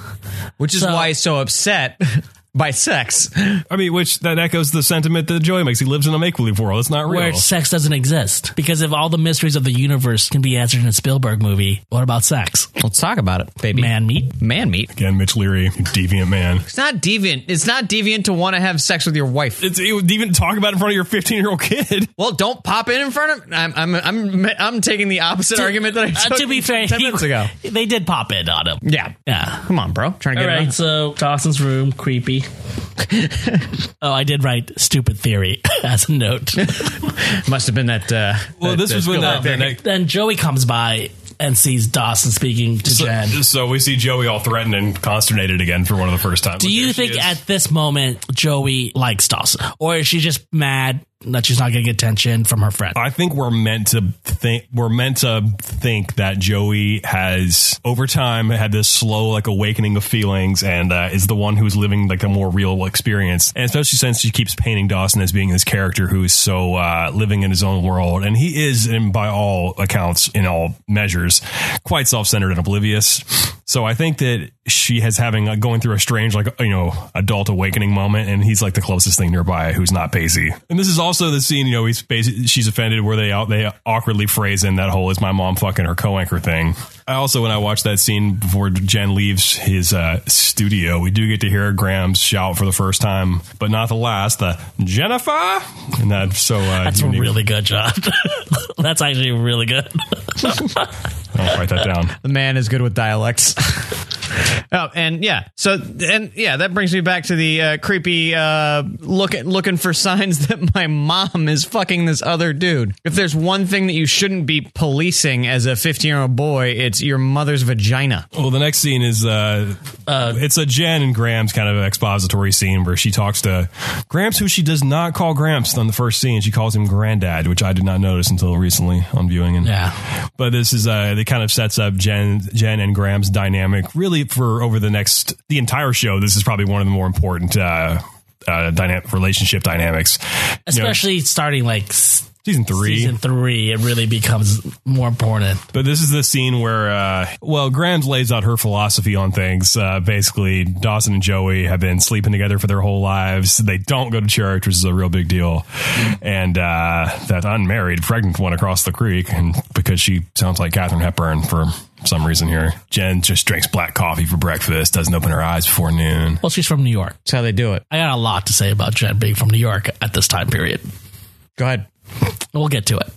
Speaker 3: which is
Speaker 1: so-
Speaker 3: why he's so upset by sex.
Speaker 2: I mean, which that echoes the sentiment that Joey makes. He lives in a make believe world. It's not real.
Speaker 1: where sex doesn't exist. Because if all the mysteries of the universe can be answered in a Spielberg movie, what about sex?
Speaker 3: Let's talk about it, baby.
Speaker 1: Man meat?
Speaker 3: man meat.
Speaker 2: Again, Mitch Leary, deviant man.
Speaker 3: It's not deviant. It's not deviant to want to have sex with your wife.
Speaker 2: It's it, even talk about it in front of your 15 year old kid.
Speaker 3: Well, don't pop in in front of. I'm I'm I'm, I'm taking the opposite argument that I
Speaker 1: Uh,
Speaker 3: took
Speaker 1: to be fair,
Speaker 3: ten
Speaker 1: he-
Speaker 3: minutes ago.
Speaker 1: they did pop in on him.
Speaker 3: Yeah,
Speaker 1: Yeah.
Speaker 3: Come on, bro. Trying to
Speaker 1: All
Speaker 3: get
Speaker 1: right,
Speaker 3: it
Speaker 1: so Dawson's room, creepy. oh, I did write stupid theory as a note.
Speaker 3: on. Must have been that. Uh,
Speaker 2: Well,
Speaker 3: that-
Speaker 2: this
Speaker 3: that
Speaker 2: was when
Speaker 3: Spielberg
Speaker 2: that,
Speaker 3: thing.
Speaker 1: then Joey comes by and sees Dawson speaking to Jen.
Speaker 2: So we see Joey all threatened and consternated again for one of the first times.
Speaker 1: Do you think at this moment Joey likes Dawson, or is she just mad that she's not getting attention from her friend?
Speaker 2: I think we're meant to think we're meant to think that Joey has over time had this slow like awakening of feelings and uh, is the one who's living like a more real experience. And especially since she keeps painting Dawson as being this character who is so uh, living in his own world, and he is, and by all accounts, in all measures, quite self centered and oblivious. So I think that she has having uh, going through a strange like you know adult awakening moment, and he's like the closest thing nearby who's not Basie. And this is also the scene you know he's Basie, she's offended where they out they awkwardly phrase in that whole "is my mom fucking her co-anchor" thing. I also when I watched that scene before Jen leaves his uh, studio, we do get to hear Graham's shout for the first time, but not the last. The Jennifer, and that's so uh,
Speaker 1: That's a
Speaker 2: unique.
Speaker 1: really good job. That's actually really good.
Speaker 2: I'll write that down.
Speaker 3: The man is good with dialects. oh, and yeah. So and yeah, that brings me back to the uh, creepy uh, look looking for signs that my mom is fucking this other dude. If there's one thing that you shouldn't be policing as a 15 year old boy, it's your mother's vagina.
Speaker 2: Well, the next scene is uh, it's a Jen and Gramps kind of expository scene where she talks to Gramps, who she does not call Gramps on the first scene. She calls him Granddad, which I did not notice until recently on viewing. And
Speaker 1: Yeah.
Speaker 2: but this is uh, it kind of sets up Jen, Jen and Gramps' dynamic really for over the next the entire show. This is probably one of the more important uh, uh, dynamic relationship dynamics, You know,
Speaker 1: Especially starting like s-
Speaker 2: season three.
Speaker 1: Season three, it really becomes more important.
Speaker 2: But this is the scene where, uh, well, Grams lays out her philosophy on things. Uh, basically, Dawson and Joey have been sleeping together for their whole lives. They don't go to church, which is a real big deal. And uh, that unmarried, pregnant one across the creek, and because she sounds like Katherine Hepburn for some reason here, Jen just drinks black coffee for breakfast, doesn't open her eyes before noon.
Speaker 1: Well, she's from New York.
Speaker 3: That's how they do it.
Speaker 1: I got a lot to say about Jen being from New York at this time period.
Speaker 3: Go ahead.
Speaker 1: We'll get to it.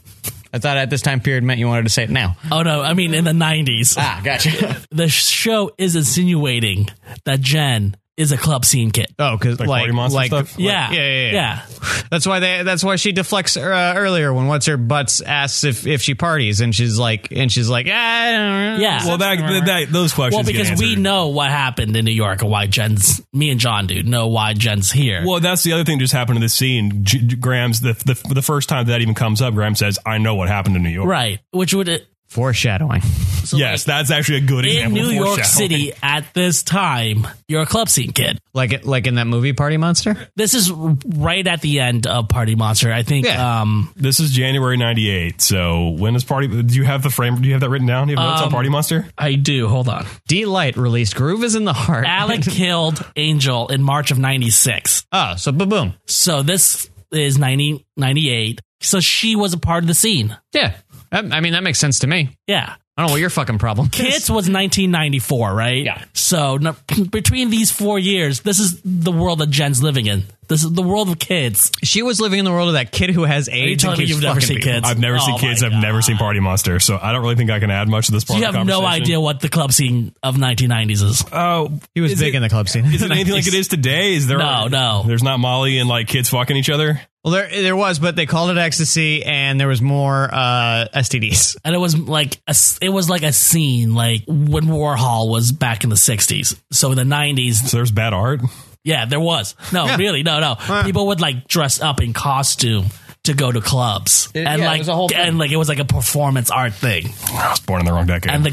Speaker 3: I thought at this time period meant you wanted to say it now.
Speaker 1: Oh no, I mean in the nineties.
Speaker 3: Ah, gotcha.
Speaker 1: The show is insinuating that Jen is a club scene kid.
Speaker 3: oh, because
Speaker 2: Like
Speaker 3: like,
Speaker 2: Party Monster
Speaker 3: like,
Speaker 2: stuff?
Speaker 1: Yeah.
Speaker 3: yeah, yeah, yeah. That's why they. That's why she deflects uh, earlier when what's her butts asks if if she parties and she's like and she's like ah, I don't know."
Speaker 1: Yeah.
Speaker 2: Well, that, that those questions.
Speaker 1: Well,
Speaker 2: get
Speaker 1: because we
Speaker 2: answered.
Speaker 1: know what happened in New York and why Jen's, me and John do know why Jen's here.
Speaker 2: Well, that's the other thing that just happened in this scene. J- J- Graham's the, the the first time that even comes up. Graham says, "I know what happened in New York."
Speaker 1: right. Which would,
Speaker 3: foreshadowing.
Speaker 1: so
Speaker 2: Yes,
Speaker 1: like,
Speaker 2: that's actually a good
Speaker 1: in
Speaker 2: example.
Speaker 1: New
Speaker 2: of
Speaker 1: York
Speaker 2: foreshadowing.
Speaker 1: City at this time, you're a club scene kid.
Speaker 3: Like it, like in that movie Party Monster.
Speaker 1: This is right at the end of Party Monster. I think,
Speaker 3: Yeah.
Speaker 1: um,
Speaker 2: This is January '98. So when is party? Do you have the frame? Do you have that written down? Do you have notes
Speaker 1: Um,
Speaker 2: on Party Monster?
Speaker 1: I do. Hold on.
Speaker 3: D Light released Groove is in the Heart.
Speaker 1: Alec killed Angel in March of 96.
Speaker 3: oh, so ba boom.
Speaker 1: So this is 90, 98. So she was a part of the scene.
Speaker 3: Yeah, I, I mean that makes sense to me.
Speaker 1: Yeah.
Speaker 3: I don't know what your fucking problem.
Speaker 1: Kids was 1994, right?
Speaker 3: Yeah.
Speaker 1: So no, between these four years, this is the world that Jen's living in. This is the world of kids.
Speaker 3: She was living in the world of that kid who has
Speaker 1: Are you
Speaker 3: AIDS and
Speaker 1: telling me
Speaker 3: keeps
Speaker 1: you've never
Speaker 3: fucking
Speaker 1: seen
Speaker 3: people.
Speaker 1: kids?
Speaker 2: I've never
Speaker 1: Oh
Speaker 2: seen
Speaker 1: my
Speaker 2: Kids. I've
Speaker 1: God.
Speaker 2: never seen Party Monster, so I don't really think I can add much to this part.
Speaker 1: You
Speaker 2: of
Speaker 1: have
Speaker 2: the
Speaker 1: no idea
Speaker 2: conversation.
Speaker 1: what the club scene of 1990s is.
Speaker 2: Oh,
Speaker 3: He was
Speaker 2: Is
Speaker 3: big
Speaker 2: it-
Speaker 3: in the club scene.
Speaker 2: is it anything like it is today? Is there?
Speaker 1: No, no.
Speaker 2: There's not Molly and like kids fucking each other.
Speaker 3: Well, there there was, but they called it ecstasy, and there was more uh, STDs.
Speaker 1: and it was like a, it was like a scene like when Warhol was back in the 60s. So in the 90s,
Speaker 2: So there's bad art.
Speaker 1: yeah, there was. No, really, no, no. People would like dress up in costume to go to clubs.
Speaker 3: It-
Speaker 1: and
Speaker 3: yeah, it
Speaker 1: like
Speaker 3: was a whole thing.
Speaker 1: and like it was like a performance art thing.
Speaker 2: I was born in the wrong decade.
Speaker 1: And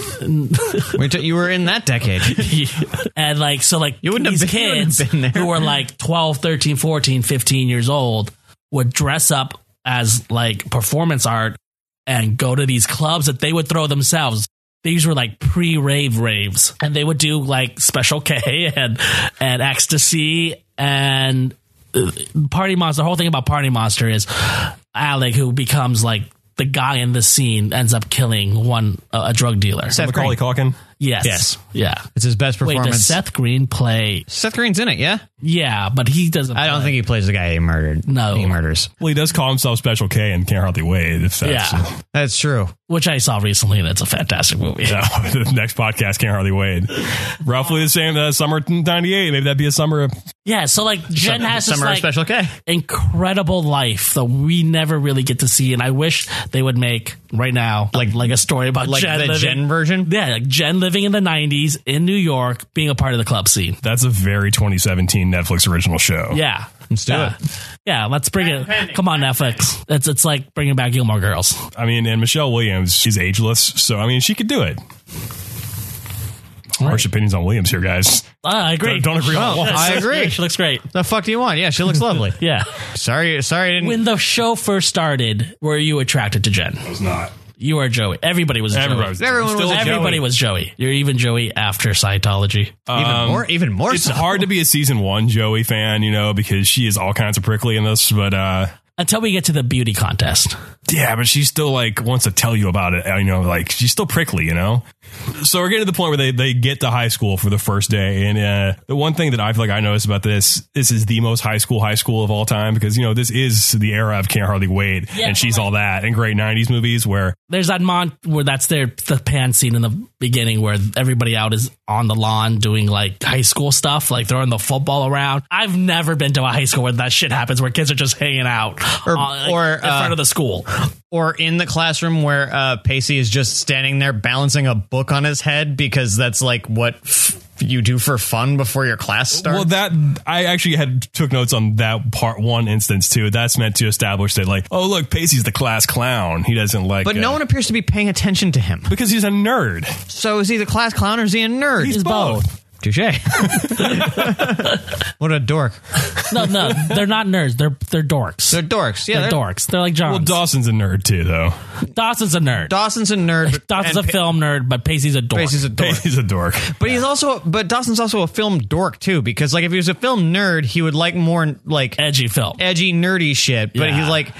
Speaker 1: the
Speaker 3: Wait till you were in that decade.
Speaker 1: and like so like
Speaker 3: You wouldn't have
Speaker 1: these
Speaker 3: been- you wouldn't
Speaker 1: kids
Speaker 3: have been there.
Speaker 1: who were like 12 13 14 15 years old would dress up as like performance art and go to these clubs that they would throw themselves these were like pre-rave raves and they would do like special k and and ecstasy and uh, party monster the whole thing about party monster is alec who becomes like the guy in the scene ends up killing one uh, a a drug dealer
Speaker 3: Seth
Speaker 2: Macaulay
Speaker 3: Green.
Speaker 2: Culkin.
Speaker 1: yes
Speaker 3: Yes.
Speaker 1: yeah
Speaker 3: It's his best
Speaker 1: Wait,
Speaker 3: performance.
Speaker 1: does Seth Green play?
Speaker 3: Seth Green's in it, yeah.
Speaker 1: Yeah, but he doesn't.
Speaker 3: I don't
Speaker 1: play.
Speaker 3: think he plays the guy he murdered.
Speaker 1: No.
Speaker 3: he murders.
Speaker 2: Well, he does call himself Special K and can't hardly wait. If that's
Speaker 1: Yeah,
Speaker 3: That's true.
Speaker 1: which I saw recently, and it's a fantastic movie.
Speaker 2: No, the next podcast can't hardly wait. Roughly the same uh, summer '98. Maybe that'd be a summer. of-
Speaker 1: Yeah, so like Jen
Speaker 3: Summer-
Speaker 1: has this
Speaker 3: Summer of
Speaker 1: like
Speaker 3: Special K.
Speaker 1: incredible life that we never really get to see, and I wish they would make right now like like a story about
Speaker 3: Like
Speaker 1: Jen
Speaker 3: the
Speaker 1: living,
Speaker 3: Jen version.
Speaker 1: Yeah, like Jen living in the '90s in New York, being a part of the club scene.
Speaker 2: That's a very 2017 Netflix original show.
Speaker 1: Yeah.
Speaker 3: Let's do
Speaker 1: yeah.
Speaker 3: it.
Speaker 1: Yeah, let's bring it. Come on, Netflix. It's it's like bringing back Gilmore Girls.
Speaker 2: I mean, and Michelle Williams, she's ageless, so I mean, she could do it. Harsh opinions on Williams here, guys.
Speaker 1: Uh, I agree. Oh,
Speaker 2: Don't, don't agree on one.
Speaker 3: I agree.
Speaker 1: She looks great.
Speaker 3: The fuck do you want? Yeah, she looks lovely.
Speaker 1: Yeah.
Speaker 3: Sorry, sorry, I didn't.
Speaker 1: when the show first started, were you attracted to Jen?
Speaker 2: I was not.
Speaker 1: You were Joey. Everybody was
Speaker 2: Everybody
Speaker 1: Joey.
Speaker 2: was-
Speaker 3: Everyone
Speaker 2: still
Speaker 3: was a
Speaker 2: Joey.
Speaker 1: Everybody was Joey. You're even Joey after Scientology. Uh,
Speaker 3: even
Speaker 2: Um,
Speaker 3: more, even more.
Speaker 2: It's
Speaker 3: so.
Speaker 2: hard to be a season one Joey fan, you know, because she is all kinds of prickly in this, but uh
Speaker 1: Until we get to the beauty contest.
Speaker 2: yeah, but she still like wants to tell you about it. uh, You know, like she's still prickly, you know? So we're getting to the point where they, they get to high school for the first day. And uh, the one thing that I feel like I noticed about this, this is the most high school high school of all time because, you know, this is the era of Can't Hardly Wait
Speaker 1: Yeah.
Speaker 2: and She's All That and great 90s movies where
Speaker 1: There's that mon where that's their the pan scene in the beginning where everybody out is on the lawn doing like high school stuff, like throwing the football around. I've never been to a high school where that shit happens, where kids are just hanging out
Speaker 3: Or-
Speaker 1: on-
Speaker 3: or,
Speaker 1: in
Speaker 3: uh,
Speaker 1: front of the school.
Speaker 3: or in the classroom where uh, Pacey is just standing there balancing a book on his head because that's like what f- you do for fun before your class starts.
Speaker 2: Well, that I actually had took notes on that part one instance too. That's meant to establish that, like, oh look, Pacey's the class clown. He doesn't like,
Speaker 3: but
Speaker 2: uh,
Speaker 3: no one appears to be paying attention to him.
Speaker 2: because he's a nerd.
Speaker 3: So is he the class clown or is he a nerd?
Speaker 2: He's both.
Speaker 3: Touche. what a dork.
Speaker 1: No, no, they're not nerds. They're they're dorks.
Speaker 3: They're dorks. Yeah,
Speaker 1: They're dorks. They're like John.
Speaker 2: Well, Dawson's a nerd too, though.
Speaker 1: Dawson's a nerd.
Speaker 3: Dawson's a nerd. but-
Speaker 1: Dawson's a
Speaker 3: and Pa-
Speaker 1: film nerd, but Pacey's a dork.
Speaker 3: Pacey's a dork.
Speaker 2: He's a dork.
Speaker 3: But he's also, but Dawson's also a film dork too, because like if he was a film nerd, he would like more like
Speaker 1: edgy film.
Speaker 3: edgy, nerdy shit. But
Speaker 1: Yeah.
Speaker 3: he's like,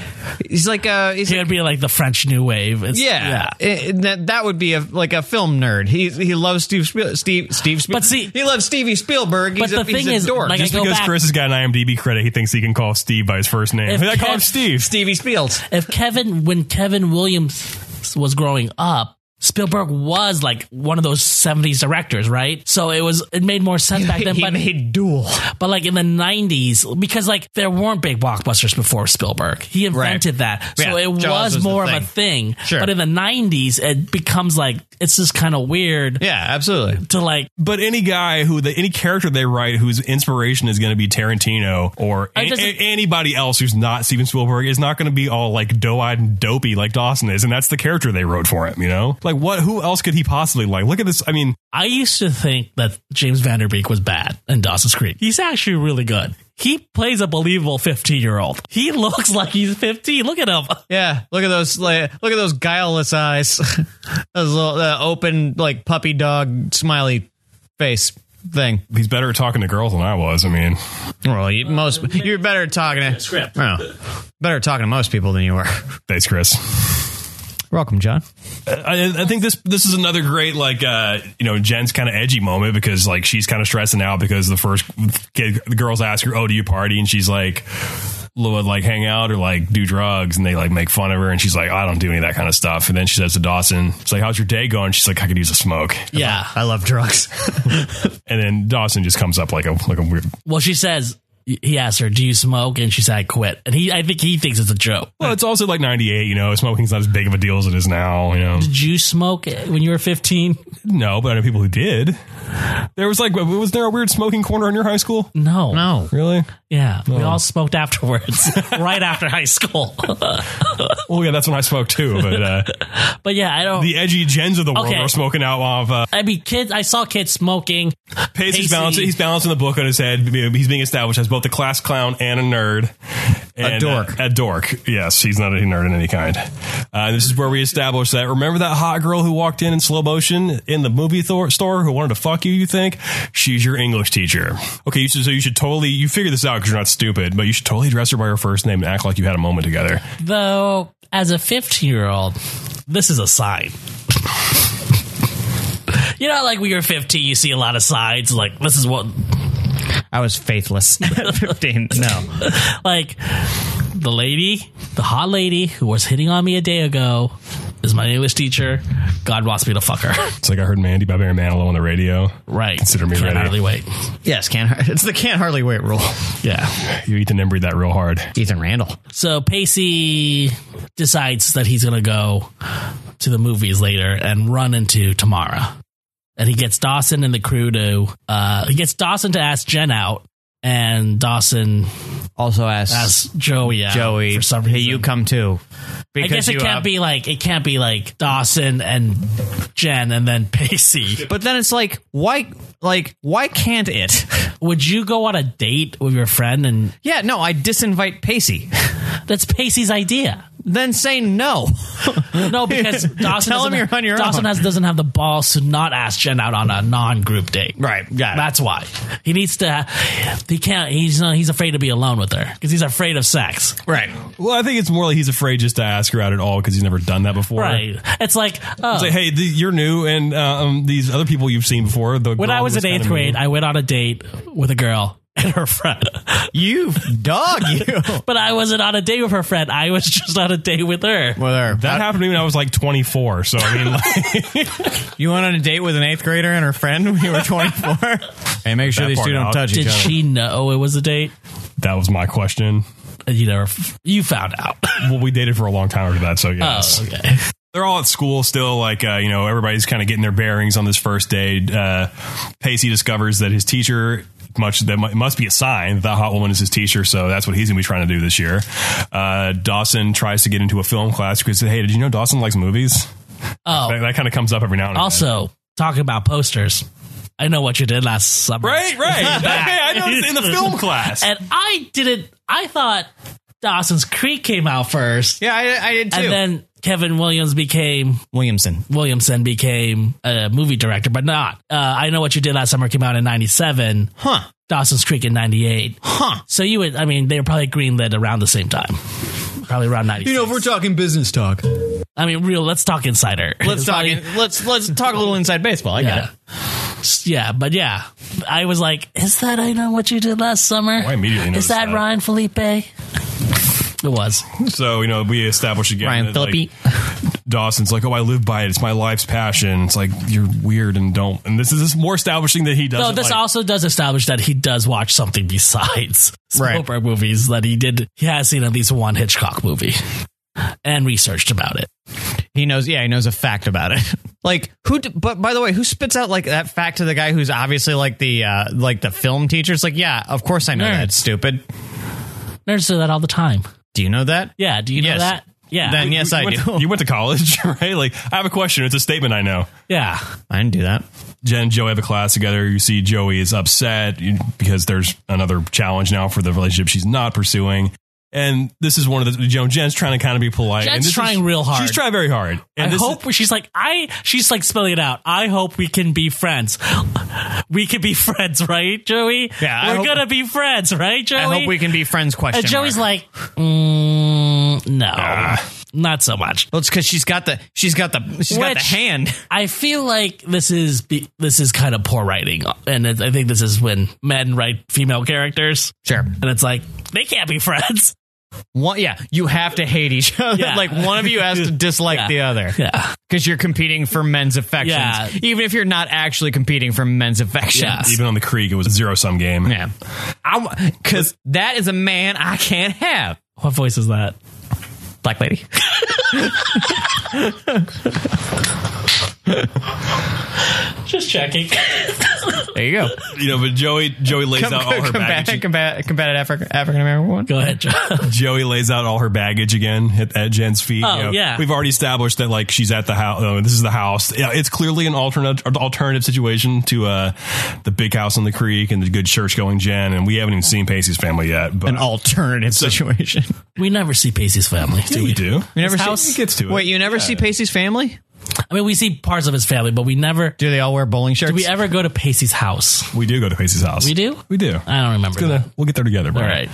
Speaker 3: he's like, uh, he's
Speaker 1: He'd be like the French New Wave. It's-
Speaker 3: yeah, I- I- that that would be a like a film nerd. He he loves Steve Spiel, Steve Steve. Spiel-
Speaker 1: But see-
Speaker 3: he loves Stevie Spielberg. He's
Speaker 1: But
Speaker 3: a,
Speaker 1: the
Speaker 3: he's
Speaker 1: thing
Speaker 3: a
Speaker 1: is,
Speaker 3: dork.
Speaker 1: like,
Speaker 3: Just
Speaker 1: I go
Speaker 2: Because
Speaker 1: back-
Speaker 2: Chris has got an IMDb credit, he thinks he can call Steve by his first name.
Speaker 1: If
Speaker 2: I call him
Speaker 1: Kev-
Speaker 2: Steve.
Speaker 3: Stevie Spiels.
Speaker 1: If Kevin, when Kevin Williams was growing up, Spielberg was like one of those '70s directors, right? So it was it made more sense back then.
Speaker 3: he
Speaker 1: but
Speaker 3: made Duel.
Speaker 1: But like in the nineties, because like there weren't big blockbusters before Spielberg, he invented that, so
Speaker 3: Yeah,
Speaker 1: it
Speaker 3: Jaws
Speaker 1: was,
Speaker 3: was the
Speaker 1: more of
Speaker 3: thing.
Speaker 1: a thing.
Speaker 3: Sure.
Speaker 1: But in the nineties, it becomes like it's just kind of weird
Speaker 3: Yeah, absolutely.
Speaker 1: to like.
Speaker 2: But any guy who the, any character they write whose inspiration is going to be Tarantino or
Speaker 1: It
Speaker 2: a-
Speaker 1: doesn't-
Speaker 2: a- anybody else who's not Steven Spielberg is not going to be all like doe-eyed and dopey like Dawson is, and that's the character they wrote for him. You know, like what? Who else could he possibly like? Look at this. I mean,
Speaker 1: I used to think that James Vanderbeek was bad in Dawson's Creek. He's actually really good. He plays a believable fifteen-year-old. He looks like he's fifteen. Look at him.
Speaker 3: Yeah, look at those like, look at those guileless eyes, those little uh, open like puppy dog smiley face thing.
Speaker 2: he's better at talking to girls than I was. I mean,
Speaker 3: Well, you, most you're better at talking to
Speaker 1: script.
Speaker 3: Oh, better at talking to most people than you are.
Speaker 2: thanks, Chris.
Speaker 3: Welcome, John.
Speaker 2: I, I think this this is another great like uh you know Jen's kind of edgy moment because like she's kind of stressing out because the first kid, the girls ask her oh do you party and she's like "Well, like hang out or like do drugs and they like make fun of her and she's like I don't do any of that kind of stuff and then she says to Dawson it's like how's your day going she's like I could use a smoke
Speaker 1: Yeah.
Speaker 3: I love drugs.
Speaker 2: and then Dawson just comes up like a like a weird
Speaker 1: Well, she says he asked her, "Do you smoke?" And she said, "I quit." And he, I think he thinks it's a joke.
Speaker 2: well it's also like 98 you know smoking's not as big of a deal as it is now you know
Speaker 1: Did you smoke when you were fifteen?
Speaker 2: no but I know people who did there was like was there a weird smoking corner in your high school
Speaker 1: No.
Speaker 3: No.
Speaker 2: really
Speaker 1: Yeah. We all smoked afterwards, right after high school.
Speaker 2: well yeah that's when I smoked too but uh
Speaker 1: but yeah, I don't.
Speaker 2: the edgy gens of the world
Speaker 1: Okay.
Speaker 2: are smoking out of uh,
Speaker 1: I mean, kids, I saw kids smoking.
Speaker 2: Pacey's
Speaker 1: Pacey.
Speaker 2: balancing. He's balancing the book on his head. He's being established as both a class clown and a nerd, and,
Speaker 3: dork.
Speaker 2: uh, A, dork. Yes, he's not a nerd in any kind. Uh, this is where we establish that. Remember that hot girl who walked in in slow motion in the movie thor- store who wanted to fuck you? You think she's your English teacher? Okay, you should, so you should totally you figure this out because you're not stupid, but you should totally address her by her first name and act like you had a moment together.
Speaker 1: Though, as a 15 year old, this is a sign. you know, like when you're 15, you see a lot of signs. Like, this is what,
Speaker 3: I was faithless. at Fifteen. No.
Speaker 1: like, the lady, the hot lady who was hitting on me a day ago is my English teacher. God wants me to fuck her.
Speaker 2: It's like I heard Mandy by Barry Manilow on the radio.
Speaker 1: Right.
Speaker 2: Consider me
Speaker 1: Can't
Speaker 2: ready.
Speaker 1: hardly wait.
Speaker 3: Yes, can't. har- It's the can't hardly wait rule.
Speaker 1: Yeah.
Speaker 2: You eat the and breathe that real hard.
Speaker 3: Ethan Randall.
Speaker 1: So Pacey decides that he's going to go to the movies later and run into Tamara. And he gets Dawson and the crew to, uh, he gets Dawson to ask Jen out. And Dawson
Speaker 3: Also asks
Speaker 1: asks Joey out
Speaker 3: Joey
Speaker 1: for some
Speaker 3: Hey,
Speaker 1: reason.
Speaker 3: you come too.
Speaker 1: I
Speaker 3: Because
Speaker 1: guess it
Speaker 3: you,
Speaker 1: can't
Speaker 3: uh,
Speaker 1: be like it can't be like Dawson and Jen and then Pacey.
Speaker 3: But then it's like why? Like why can't it?
Speaker 1: Would you go on a date with your friend and
Speaker 3: Yeah. No, I disinvite Pacey.
Speaker 1: that's Pacey's idea?
Speaker 3: then say no.
Speaker 1: No, because Dawson
Speaker 3: Tell him
Speaker 1: doesn't-
Speaker 3: you're on your
Speaker 1: Dawson
Speaker 3: own.
Speaker 1: Has, doesn't have the balls to not ask Jen out on a non-group date.
Speaker 3: Right, got it.
Speaker 1: That's why he needs to. He can't. He's not, he's afraid to be alone with her because he's afraid of sex.
Speaker 3: Right.
Speaker 2: Well, I think it's more like he's afraid just to ask her out at all because he's never done that before.
Speaker 1: Right. It's like oh,
Speaker 2: It's like, hey, th- you're new, and uh, um, these other people you've seen before. The
Speaker 1: when
Speaker 2: girl
Speaker 1: I was
Speaker 2: who
Speaker 1: in eighth
Speaker 2: kinda
Speaker 1: grade,
Speaker 2: mean.
Speaker 1: I went on a date with a girl and her friend,
Speaker 3: You dog. You.
Speaker 1: but I wasn't on a date with her friend. I was just on a date with her.
Speaker 3: Whatever.
Speaker 2: that happened to me when I was like 24. So I mean, like,
Speaker 3: You went on a date with an eighth grader and her friend when you were 24? hey, make sure
Speaker 2: That
Speaker 3: these
Speaker 2: part
Speaker 3: two don't
Speaker 2: out.
Speaker 3: touch
Speaker 1: Did
Speaker 3: each other.
Speaker 1: she know it was a date?
Speaker 2: that was my question.
Speaker 1: And you never. You found out.
Speaker 2: Well, we dated for a long time after that, so
Speaker 1: Oh,
Speaker 2: yes.
Speaker 1: okay.
Speaker 2: they're all at school still like uh, you know everybody's kind of getting their bearings on this first day uh, pacey discovers that his teacher much that mu- must be a sign that the hot woman is his teacher so that's what he's gonna be trying to do this year uh, dawson tries to get into a film class because hey did you know dawson likes movies
Speaker 1: Oh.
Speaker 2: that, that kind of comes up every now and then.
Speaker 1: Also, talking about posters. I know what you did last summer.
Speaker 2: Right, right. hey, I noticed in the film class.
Speaker 1: And I didn't. I thought Dawson's Creek came out first,
Speaker 3: Yeah, I, I did too.
Speaker 1: and then Kevin Williams became
Speaker 3: Williamson.
Speaker 1: Williamson became a movie director, but not. Uh, I know what you did last summer came out in '97.
Speaker 3: Huh.
Speaker 1: Dawson's Creek in '98.
Speaker 3: Huh.
Speaker 1: So you would. I mean, they were probably greenlit around the same time. Probably around ninety.
Speaker 3: talking business talk,
Speaker 1: I mean, real. Let's talk insider.
Speaker 3: let's
Speaker 1: It's
Speaker 3: talk.
Speaker 1: probably-
Speaker 3: in- let's let's talk a little inside baseball. I got
Speaker 1: Yeah.
Speaker 3: it.
Speaker 1: Yeah, but yeah, I was like, "Is that I know what you did last summer?"
Speaker 2: I immediately
Speaker 1: Is
Speaker 2: noticed
Speaker 1: that,
Speaker 2: that.
Speaker 1: Ryan Felipe? It was.
Speaker 2: So, you know, we established again.
Speaker 3: Ryan
Speaker 2: that, like,
Speaker 3: Phillippe.
Speaker 2: Dawson's like, oh, I live by it. It's my life's passion. It's like, you're weird and don't. And this is this is more establishing that he
Speaker 1: No,
Speaker 2: doesn't.
Speaker 1: this
Speaker 2: like,
Speaker 1: also does establish that he does watch something besides
Speaker 3: Right.
Speaker 1: soap opera movies. That he did, he has seen at least one Hitchcock movie, and researched about it.
Speaker 3: He knows. Yeah, he knows a fact about it. like who? d- But by the way, who spits out like that fact to the guy who's obviously like the uh like the film teacher? It's like, yeah, of course I know that.
Speaker 1: Nerds.
Speaker 3: Stupid.
Speaker 1: Nerds do that all the time.
Speaker 3: Do you know that?
Speaker 1: Yeah, do you know
Speaker 3: Yes.
Speaker 1: that? Yeah,
Speaker 3: Then yes,
Speaker 2: you
Speaker 3: I
Speaker 2: went,
Speaker 3: do.
Speaker 2: You went to college, right? Like, I have a question. It's a statement I know.
Speaker 1: yeah.
Speaker 3: I didn't do that.
Speaker 2: Jen and Joe have a class together. You see Joey is upset because there's another challenge now for the relationship she's not pursuing. And this is one of the, you know, Jen's trying to kind of be polite. and
Speaker 1: Jen's
Speaker 2: this is-
Speaker 1: trying real hard.
Speaker 2: She's trying very hard. And
Speaker 1: I
Speaker 2: this is-
Speaker 1: hope she's like I. She's like spelling it out. I hope we can be friends. We can be friends, right, Joey?
Speaker 3: Yeah, I
Speaker 1: we're
Speaker 3: hope-
Speaker 1: gonna be friends, right, Joey?
Speaker 3: I hope we can be friends. Question.
Speaker 1: And Joey's
Speaker 3: mark.
Speaker 1: like, mm, no,
Speaker 3: Ah.
Speaker 1: not so much.
Speaker 3: well, it's because she's got the she's got the she's got the
Speaker 1: Which-
Speaker 3: hand.
Speaker 1: I feel like this is be- this is kind of poor writing, and it, I think this is when men write female characters,
Speaker 3: Sure.
Speaker 1: and it's like they can't be friends.
Speaker 3: One, yeah, you have to hate each other.
Speaker 1: Yeah.
Speaker 3: Like one of you has to dislike
Speaker 1: Yeah.
Speaker 3: the other.
Speaker 1: Yeah,
Speaker 3: because you're competing for men's affections,
Speaker 1: Yeah.
Speaker 3: even if you're not actually competing for men's affections.
Speaker 2: even on the creek, it was a zero sum game.
Speaker 3: Yeah, because that is a man I can't have.
Speaker 1: what voice is that?
Speaker 3: Black lady.
Speaker 1: Just checking.
Speaker 3: There you go.
Speaker 2: You know, but Joey, Joey lays out all her baggage.
Speaker 3: Combated, combated, combated African American woman.
Speaker 1: Go ahead, Joe.
Speaker 2: Joey lays out all her baggage again at, at Jen's feet.
Speaker 1: Oh, yeah.
Speaker 2: we've already established that like she's at the house. Uh, this is the house. Yeah, it's clearly an alternate or alternative situation to uh, the big house on the creek and the good church going Jen. And we haven't even seen Pacey's family yet. But
Speaker 3: An alternative situation.
Speaker 1: We never see Pacey's family. Do
Speaker 2: we
Speaker 1: we?
Speaker 2: do.
Speaker 3: You never
Speaker 1: house-
Speaker 3: see.
Speaker 2: It gets to it.
Speaker 3: Wait, you never see Pacey's family?
Speaker 1: I mean, we see parts of his family, but we never.
Speaker 3: Do they all wear bowling shirts?
Speaker 1: Do we ever go to Pacey's house?
Speaker 2: We do go to Pacey's house.
Speaker 1: We do.
Speaker 2: We do.
Speaker 1: I don't remember.
Speaker 2: We'll get
Speaker 1: That.
Speaker 2: there- We'll get there together. bro.
Speaker 1: All right.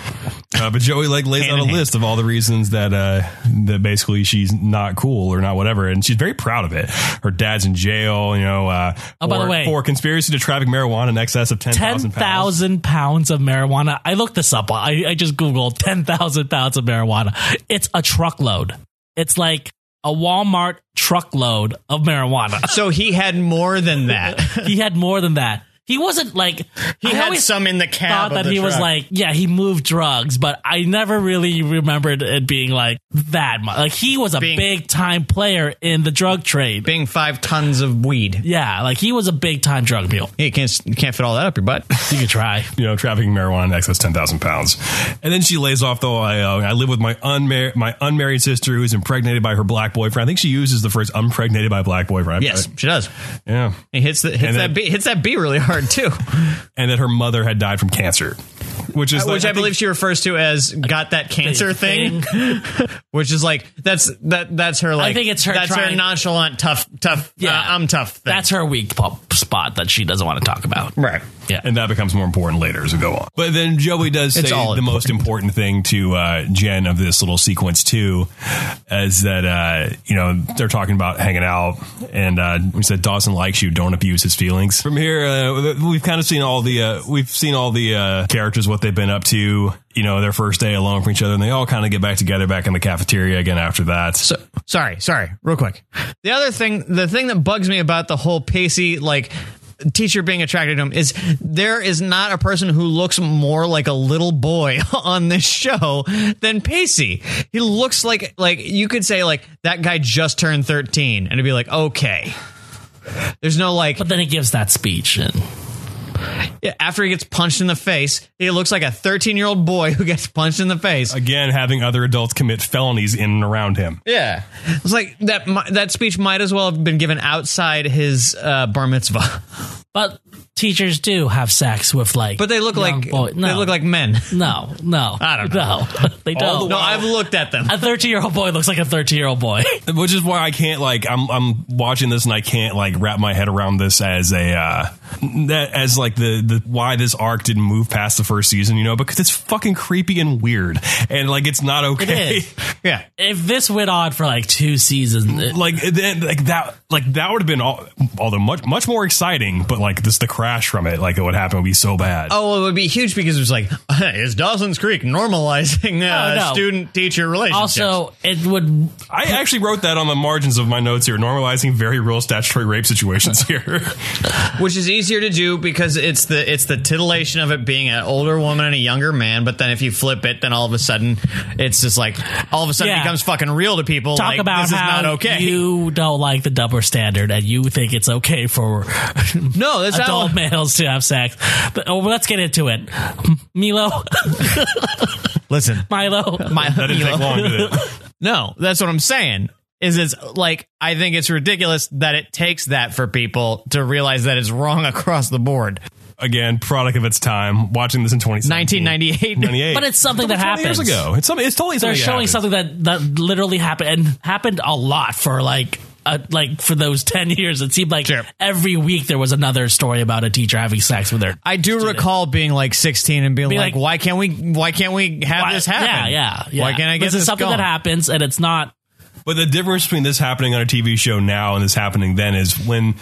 Speaker 2: Uh, but Joey like lays
Speaker 3: Hand
Speaker 2: out a
Speaker 3: in hand.
Speaker 2: list of all the reasons that uh, that basically she's not cool or not whatever, and she's very proud of it. Her dad's in jail, you know. Uh,
Speaker 1: Oh, by
Speaker 2: for,
Speaker 1: the way.
Speaker 2: for conspiracy to traffic marijuana in excess of ten
Speaker 1: Ten
Speaker 2: thousand pounds.
Speaker 1: thousand pounds of marijuana. I looked this up. I, I just googled ten thousand pounds of marijuana. It's a truckload. It's like a Walmart truckload of marijuana.
Speaker 3: so he had more than that.
Speaker 1: he had more than that. He wasn't like I
Speaker 3: He had
Speaker 1: always
Speaker 3: some in the cab.
Speaker 1: Thought
Speaker 3: of
Speaker 1: that
Speaker 3: the
Speaker 1: he was
Speaker 3: truck.
Speaker 1: like, yeah, he moved drugs, but I never really remembered it being like that much. Like he was a
Speaker 3: Being-
Speaker 1: big time player in the drug trade.
Speaker 3: being five tons of weed.
Speaker 1: Yeah, like he was a big time drug mule.
Speaker 3: You can't you can't fit all that up your butt.
Speaker 1: You could try.
Speaker 2: You know, trafficking marijuana in excess ten thousand pounds, and then she lays off the. I, uh, I live with my unmar- my unmarried sister who's impregnated by her black boyfriend. I think she uses the phrase "impregnated by black boyfriend."
Speaker 3: Yes, she does.
Speaker 2: yeah,
Speaker 3: He hits the, hits
Speaker 2: And
Speaker 3: that
Speaker 2: then-
Speaker 3: B, hits that B really hard too,
Speaker 2: and that her mother had died from cancer, which is like,
Speaker 3: Uh, which I,
Speaker 2: think-
Speaker 3: believe she refers to as "got that cancer thing,", which is like that's that that's her like
Speaker 1: think it's her
Speaker 3: that's her
Speaker 1: trying-
Speaker 3: nonchalant tough tough yeah
Speaker 1: Yeah.
Speaker 3: I'm tough thing.
Speaker 1: That's her weak pop spot that she doesn't want to talk about.
Speaker 3: right
Speaker 1: Yeah.
Speaker 2: and that becomes more important later as we go on. But then Joey does say
Speaker 3: It's
Speaker 2: the
Speaker 3: all
Speaker 2: most important thing to uh, Jen of this little sequence too, is that uh, you know they're talking about hanging out, and uh, we said Dawson likes you. Don't abuse his feelings. From here, uh, we've kind of seen all the uh, we've seen all the uh, characters what they've been up to. You know, their first day alone from each other, and they all kind of get back together back in the cafeteria again after that.
Speaker 3: So, sorry, sorry, real quick. The other thing, the thing that bugs me about the whole Pacey like teacher being attracted to him is there is not a person who looks more like a little boy on this show than Pacey. He looks like like you could say like that guy just turned 13 and it'd be like, "Okay." There's no like
Speaker 1: But then he gives that speech and
Speaker 3: after he gets punched in the face, he looks like a 13-year-old boy who gets punched in the face.
Speaker 2: Again, having other adults commit felonies in and around him.
Speaker 3: Yeah, it's like that. mi- That speech might as well have been given outside his uh, bar mitzvah.
Speaker 1: But teachers do have sex with like.
Speaker 3: But they look
Speaker 1: young
Speaker 3: like
Speaker 1: boy- No,
Speaker 3: they look like men.
Speaker 1: no, no.
Speaker 3: I don't know.
Speaker 1: No, they don't.
Speaker 3: no, I've looked at them.
Speaker 1: a thirteen-year-old boy looks like a thirteen-year-old boy.
Speaker 2: which is why I can't like I'm I'm watching this and I can't like wrap my head around this as a uh that as like the the why this arc didn't move past the first season, you know, because it's fucking creepy and weird and like it's not okay.
Speaker 1: is.
Speaker 3: Yeah.
Speaker 1: if this went on for like two seasons, it-
Speaker 2: Like then, like that like that would have been all, although much much more exciting, but like this the crash from it, like what happened would be so bad.
Speaker 3: Oh, well, it would be huge because it was like, is Dawson's Creek normalizing uh,
Speaker 1: Oh, no.
Speaker 3: student teacher relationships?
Speaker 1: also it would
Speaker 2: I actually wrote that on the margins of my notes here, normalizing very real statutory rape situations here.
Speaker 3: which is easier to do because it's the it's the titillation of it being an older woman and a younger man. But then if you flip it, then all of a sudden it's just like all of a sudden it
Speaker 1: Yeah.
Speaker 3: becomes fucking real to people.
Speaker 1: talk
Speaker 3: like,
Speaker 1: about
Speaker 3: this is
Speaker 1: how
Speaker 3: not okay.
Speaker 1: you don't like the double standard and you think it's okay for
Speaker 3: no, that's
Speaker 1: adult
Speaker 3: how.
Speaker 1: males to have sex. But oh, let's get into it. Milo,
Speaker 3: Listen,
Speaker 1: Milo.
Speaker 3: my
Speaker 2: That didn't take long, did it?
Speaker 3: No, that's what I'm saying. Is it's like I think it's ridiculous that it takes that for people to realize that it's wrong across the board.
Speaker 2: Again, product of its time. Watching this in 2017.
Speaker 3: 1998.
Speaker 2: 98.
Speaker 1: But it's something that
Speaker 2: 20
Speaker 1: happens.
Speaker 2: Years ago, it's something. It's totally.
Speaker 1: They're
Speaker 2: something that
Speaker 1: showing
Speaker 2: happens.
Speaker 1: something that that literally happened and happened a lot for like. Uh, like for those 10 years it seemed like
Speaker 3: Sure.
Speaker 1: every week there was another story about a teacher having sex with her
Speaker 3: I do recall being like 16 and being
Speaker 1: Be
Speaker 3: like,
Speaker 1: like-
Speaker 3: why can't we why can't we have this happen?
Speaker 1: yeah yeah, yeah.
Speaker 3: Why can't I get
Speaker 1: this is something
Speaker 3: going?
Speaker 1: that happens and it's not
Speaker 2: But the difference between this happening on a TV show now and this happening then is when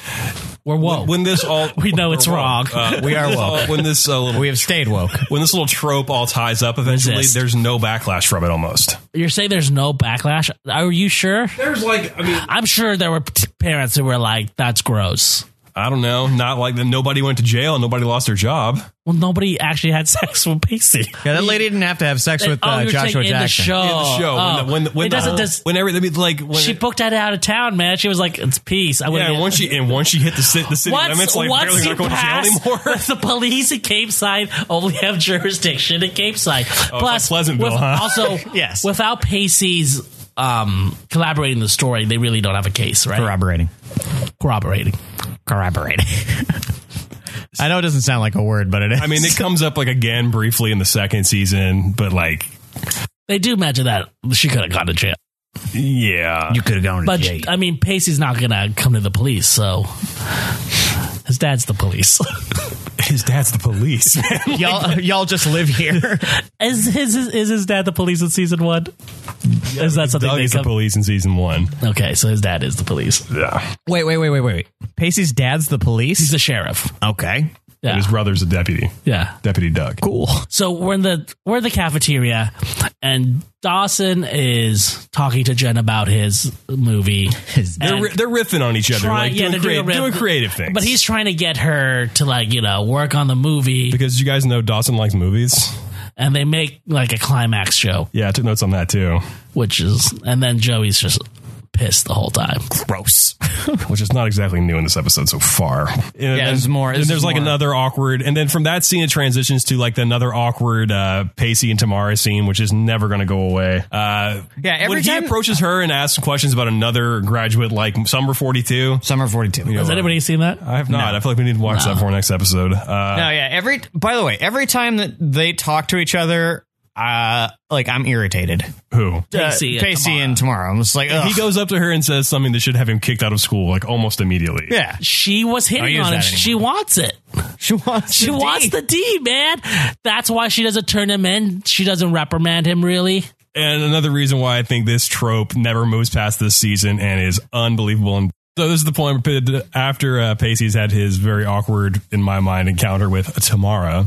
Speaker 1: we're woke
Speaker 2: when this all
Speaker 1: We know it's
Speaker 2: We're
Speaker 1: wrong.
Speaker 2: Uh,
Speaker 3: We are
Speaker 2: when this
Speaker 3: woke.
Speaker 2: all- When this uh, little,
Speaker 3: We have stayed woke.
Speaker 2: when this little trope all ties up eventually,
Speaker 1: Resist.
Speaker 2: there's no backlash from it. Almost.
Speaker 1: you're saying there's no backlash are you sure
Speaker 2: There's like I mean
Speaker 1: I'm sure there were p- parents who were like, "That's gross."
Speaker 2: I don't know. Not like that. Nobody went to jail and nobody lost their job.
Speaker 1: Well, nobody actually had sex with Pacey.
Speaker 3: Yeah, that lady didn't have to have sex with
Speaker 1: oh,
Speaker 3: uh,
Speaker 1: you're
Speaker 3: Joshua
Speaker 1: saying in the
Speaker 3: Jackson.
Speaker 1: show.
Speaker 2: In the show,
Speaker 1: Oh.
Speaker 2: when the, when, when,
Speaker 1: it doesn't.
Speaker 2: the,
Speaker 1: Does,
Speaker 2: when everything it's like when
Speaker 1: she booked that out of town, man. She was like, "It's peace." I
Speaker 2: yeah,
Speaker 1: wouldn't
Speaker 2: and
Speaker 1: get-
Speaker 2: once she and once she hit the, ci- the city
Speaker 1: Once,
Speaker 2: limits, like
Speaker 1: once
Speaker 2: apparently
Speaker 1: you
Speaker 2: not going to jail
Speaker 1: pass
Speaker 2: anymore.
Speaker 1: with the police at Cape Side, only have jurisdiction at Cape Side. Plus,
Speaker 2: Oh, Pleasantville,
Speaker 1: with-
Speaker 2: huh?
Speaker 1: also
Speaker 3: Yes.
Speaker 1: without Pacey's um, collaborating the story, they really don't have a case, right?
Speaker 3: Corroborating.
Speaker 1: Corroborating.
Speaker 3: Corroborating. I know it doesn't sound like a word, but it is.
Speaker 2: I mean, it comes up like again briefly in the second season, but like
Speaker 1: They do mention that she could have gone to jail.
Speaker 2: yeah,
Speaker 3: could have gone to
Speaker 1: But I mean, Pacey's not gonna come to the police, so his dad's the police.
Speaker 2: his dad's the police.
Speaker 3: y'all, y'all just live here.
Speaker 1: is his is, his dad the police in season one? is that something
Speaker 2: Doug
Speaker 1: they
Speaker 2: is the
Speaker 1: come?
Speaker 2: police in season one.
Speaker 1: okay, so his dad is the police.
Speaker 2: Yeah,
Speaker 3: wait, wait, wait, wait, wait. Pacey's dad's the
Speaker 1: He's
Speaker 3: police.
Speaker 1: the sheriff.
Speaker 3: okay,
Speaker 1: Yeah,
Speaker 2: his brother's a deputy,
Speaker 1: yeah.
Speaker 2: Deputy Doug.
Speaker 3: cool.
Speaker 1: So we're in the we're in the cafeteria, and Dawson is talking to Jen about his movie.
Speaker 3: His-
Speaker 1: And-
Speaker 2: They're, ri- they're riffing on each other,
Speaker 1: Try-
Speaker 2: like
Speaker 1: yeah,
Speaker 2: doing,
Speaker 1: they're doing
Speaker 2: creative,
Speaker 1: a riff.
Speaker 2: doing creative things.
Speaker 1: but he's trying to get her to like you know work on the movie,
Speaker 2: because you guys know Dawson likes movies.
Speaker 1: and they make like a climax joke.
Speaker 2: Yeah, I took notes on that too,
Speaker 1: which is and then Joey's just pissed the whole time.
Speaker 3: Gross.
Speaker 2: which is not exactly new in this episode so far. And, then-
Speaker 3: there's more-
Speaker 2: And
Speaker 3: there's
Speaker 2: there's like
Speaker 3: more.
Speaker 2: another awkward, and then from that scene it transitions to like the another awkward uh, Pacey and Tamara scene, which is never going to go away. Uh,
Speaker 3: Yeah, every
Speaker 2: when
Speaker 3: time-
Speaker 2: he approaches her and asks questions about another graduate, like Summer Forty Two.
Speaker 3: Summer forty-two.
Speaker 2: You know,
Speaker 1: Has anybody seen that?
Speaker 3: Uh,
Speaker 2: I have not. I feel like we need to watch that for our next episode. Uh,
Speaker 3: No, oh, yeah. Every by the way, every time that they talk to each other, uh, like I'm irritated.
Speaker 2: Who?
Speaker 1: Pacey
Speaker 3: uh,
Speaker 1: and
Speaker 3: Pacey and tomorrow. I'm just like, ugh.
Speaker 2: He goes up to her and says something that should have him kicked out of school, like almost immediately.
Speaker 3: yeah.
Speaker 1: She was
Speaker 3: Don't
Speaker 1: hitting
Speaker 3: use
Speaker 1: on him.
Speaker 3: that
Speaker 1: She wants it.
Speaker 3: She wants.
Speaker 1: She wants the D, man. That's why she doesn't turn him in. She doesn't reprimand him really.
Speaker 2: And another reason why I think this trope never moves past this season and is unbelievable. And so this is the point where after uh, Pacey's had his very awkward, in my mind, encounter with Tamara.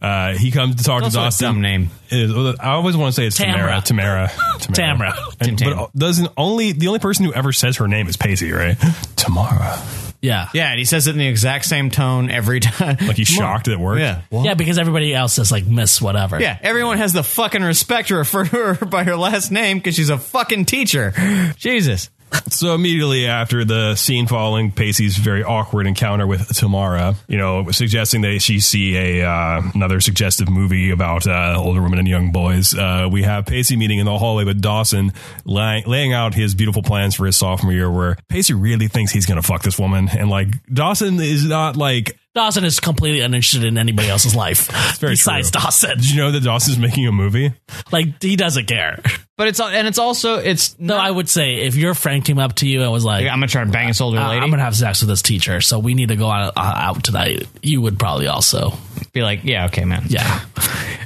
Speaker 2: Uh, he comes to talk
Speaker 3: It's
Speaker 2: to
Speaker 3: also a
Speaker 2: Dawson.
Speaker 3: dumb name.
Speaker 2: Is- I always want to say it's Tamara.
Speaker 1: Tamara.
Speaker 2: Tamara.
Speaker 1: Tamara.
Speaker 2: And,
Speaker 3: Tim Tam.
Speaker 2: but doesn't only the only person who ever says her name is Pacey, right? Tamara.
Speaker 1: Yeah.
Speaker 3: Yeah, and he says it in the exact same tone every time.
Speaker 2: Like he's shocked that it worked.
Speaker 3: Yeah.
Speaker 1: Yeah, because everybody else is like miss whatever.
Speaker 3: Yeah, everyone has the fucking respect to refer to her by her last name because she's a fucking teacher. Jesus.
Speaker 2: So immediately after the scene following Pacey's very awkward encounter with Tamara, you know, suggesting that she see a uh, another suggestive movie about uh, older women and young boys, uh, we have Pacey meeting in the hallway with Dawson, lying, laying out his beautiful plans for his sophomore year, where Pacey really thinks he's gonna fuck this woman, and like Dawson is not like
Speaker 1: Dawson is completely uninterested in anybody else's life
Speaker 2: very
Speaker 1: besides
Speaker 2: true.
Speaker 1: Dawson.
Speaker 2: did you know that Dawson's making a movie?
Speaker 1: Like he doesn't care.
Speaker 3: But it's and it's also it's
Speaker 1: No, I would say if your friend came up to you and was like,
Speaker 3: I'm gonna try to bang this older
Speaker 1: "Uh,
Speaker 3: lady.
Speaker 1: I'm gonna have sex with this teacher, so we need to go out, uh, out tonight. You would probably also,
Speaker 3: be like, yeah, okay, man.
Speaker 1: yeah.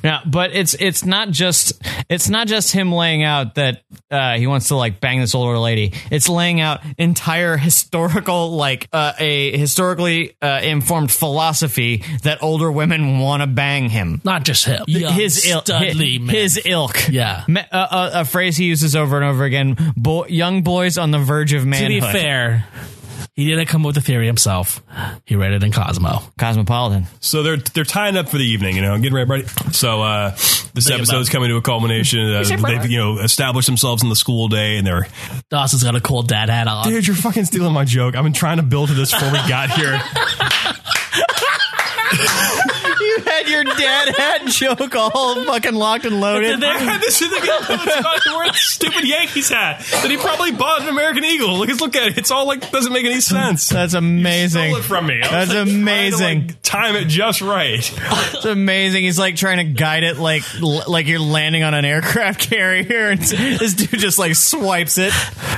Speaker 3: Now, but it's it's not just it's not just him laying out that uh, he wants to like bang this older lady. It's laying out entire historical like uh, a historically uh, informed philosophy that older women want to bang him.
Speaker 1: Not just him. Young,
Speaker 3: his ilk,
Speaker 1: studly man.
Speaker 3: his ilk.
Speaker 1: Yeah.
Speaker 3: Me- a- a- a phrase he uses over and over again. Bo- young boys on the verge of
Speaker 1: to be
Speaker 3: manhood.
Speaker 1: fair, he didn't come up with the theory himself. He read it in Cosmo.
Speaker 3: Cosmopolitan.
Speaker 2: So they're they're tying up for the evening, you know, getting ready. ready. So uh, this episode's coming to a culmination. Uh, they've you know established themselves in the school day, and they're
Speaker 1: Dawson's got a cool dad hat on.
Speaker 2: dude, you're fucking stealing my joke. I've been trying to build to this before we got here.
Speaker 3: You had your dad hat joke all fucking locked and loaded.
Speaker 2: I had this in the to wear the stupid Yankees hat that he probably bought an American Eagle. Look, it's- look at it. It's all like doesn't make any sense.
Speaker 3: That's amazing.
Speaker 2: Stole it from me. I was,
Speaker 3: That's
Speaker 2: like, trying to,
Speaker 3: amazing.
Speaker 2: like, time it just right.
Speaker 3: It's amazing. He's like trying to guide it, like l- like you're landing on an aircraft carrier, and this dude just like swipes it.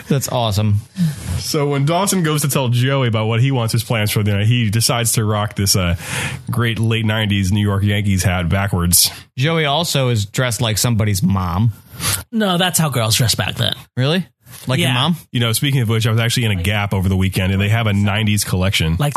Speaker 3: That's awesome.
Speaker 2: So when Dawson goes to tell Joey about what he wants his plans for the night, he decides to rock this uh, great late '90s New York Yankees hat backwards.
Speaker 3: Joey also is dressed like somebody's mom.
Speaker 1: No, that's how girls dress back then.
Speaker 3: Really? Like your
Speaker 1: Yeah.
Speaker 3: mom?
Speaker 2: You know, speaking of which, I was actually in a Gap over the weekend, and they have a '90s collection.
Speaker 1: Like,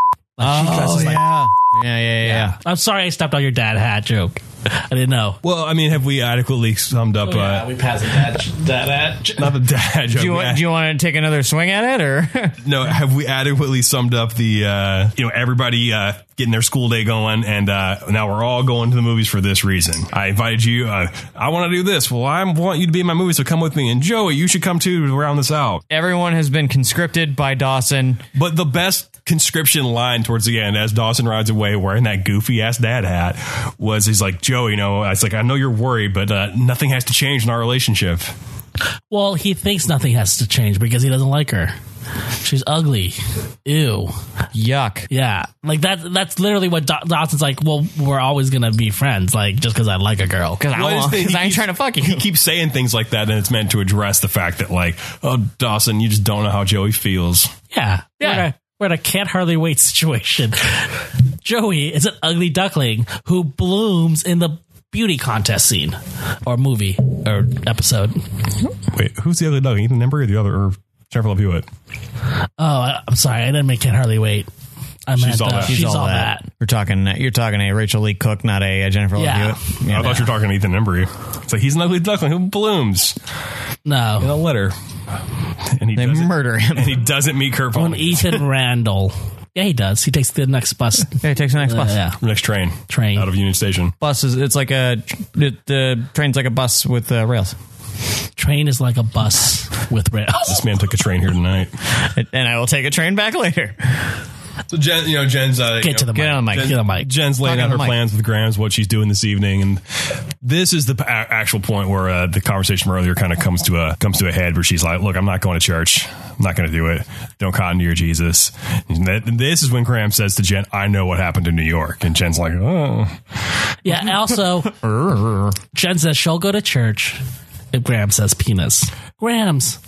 Speaker 1: like she dresses like.
Speaker 3: Oh, yeah. yeah, yeah, yeah, yeah.
Speaker 1: I'm sorry, I stepped on your dad hat joke. I didn't know.
Speaker 2: Well, I mean, have we adequately summed up? uh,
Speaker 1: we passed dad, dad hat.
Speaker 2: not the dad joke.
Speaker 3: Do you, want, do you want to take another swing at it, or
Speaker 2: no, have we adequately summed up the? Uh, you know, everybody uh, getting their school day going, and uh, now we're all going to the movies for this reason. I invited you. Uh, I want to do this. Well, I want you to be in my movie, so come with me. And Joey, you should come too to round this out.
Speaker 3: everyone has been conscripted by Dawson?
Speaker 2: But the best conscription line towards the end, as Dawson rides away wearing that goofy ass dad hat, was he's like, Joe, you know, it's like, I know you're worried, but uh, nothing has to change in our relationship.
Speaker 1: Well, he thinks nothing has to change because he doesn't like her. She's ugly. Ew.
Speaker 3: Yuck.
Speaker 1: Yeah. Like that that's literally what Daw- Dawson's like, well, we're always going to be friends like just cuz I like a girl.
Speaker 3: Because I,
Speaker 2: Well, I just
Speaker 3: won't-
Speaker 2: think
Speaker 3: 'cause I ain't
Speaker 2: he's-
Speaker 3: trying to fuck you.
Speaker 2: He keeps saying things like that, and it's meant to address the fact that, like, oh, Dawson, you just don't know how Joey feels.
Speaker 1: Yeah.
Speaker 3: Yeah.
Speaker 1: We're in a, we're in a can't hardly wait situation. Joey is an ugly duckling who blooms in the beauty contest scene or movie or episode.
Speaker 2: Wait, who's the other dog? Ethan Ember or the other, or Jennifer Love Hewitt?
Speaker 1: Oh, I, I'm sorry. I didn't make can't hardly wait. I meant,
Speaker 2: All
Speaker 1: uh,
Speaker 2: That.
Speaker 1: she's, all that.
Speaker 3: We're talking. You're talking a Rachel Lee Cook, not a, uh, Jennifer Love
Speaker 1: Yeah.
Speaker 3: Hewitt. Yeah. Oh,
Speaker 2: I thought you were talking to Ethan Embry. It's like he's an ugly duckling who blooms in
Speaker 1: No.
Speaker 2: a letter. And he,
Speaker 3: They
Speaker 2: doesn't,
Speaker 3: murder him.
Speaker 2: and he doesn't meet Kurt Vonnegut.
Speaker 1: Ethan Randall. Yeah, he does. He takes the next bus.
Speaker 3: Yeah, he takes the next
Speaker 1: Uh,
Speaker 3: bus.
Speaker 1: yeah.
Speaker 2: next train
Speaker 1: Train.
Speaker 2: out of Union Station.
Speaker 3: Bus is it's like a the the train's like a bus with uh, rails.
Speaker 1: Train is like a bus with rails.
Speaker 2: This man took a train here tonight.
Speaker 3: And I will take a train back later.
Speaker 2: So Jen, you know, Jen's uh, you
Speaker 1: Get to
Speaker 2: know,
Speaker 1: the
Speaker 3: Get
Speaker 1: mic.
Speaker 3: on the mic.
Speaker 1: Get on the mic.
Speaker 2: Jen's laying
Speaker 3: Talking
Speaker 2: out
Speaker 3: to
Speaker 2: her
Speaker 3: Mike.
Speaker 2: plans with Grams, what she's doing this evening, and this is the p- a- actual point where uh, the conversation from earlier kind of comes to a comes to a head, where she's like, "Look, I'm not going to church. I'm not going to do it. Don't cotton to your Jesus." And that- and this is when Graham says to Jen, "I know what happened in New York," and Jen's like, "Oh,
Speaker 1: Yeah. And also, Jen says she'll go to church if Graham says penis. Grams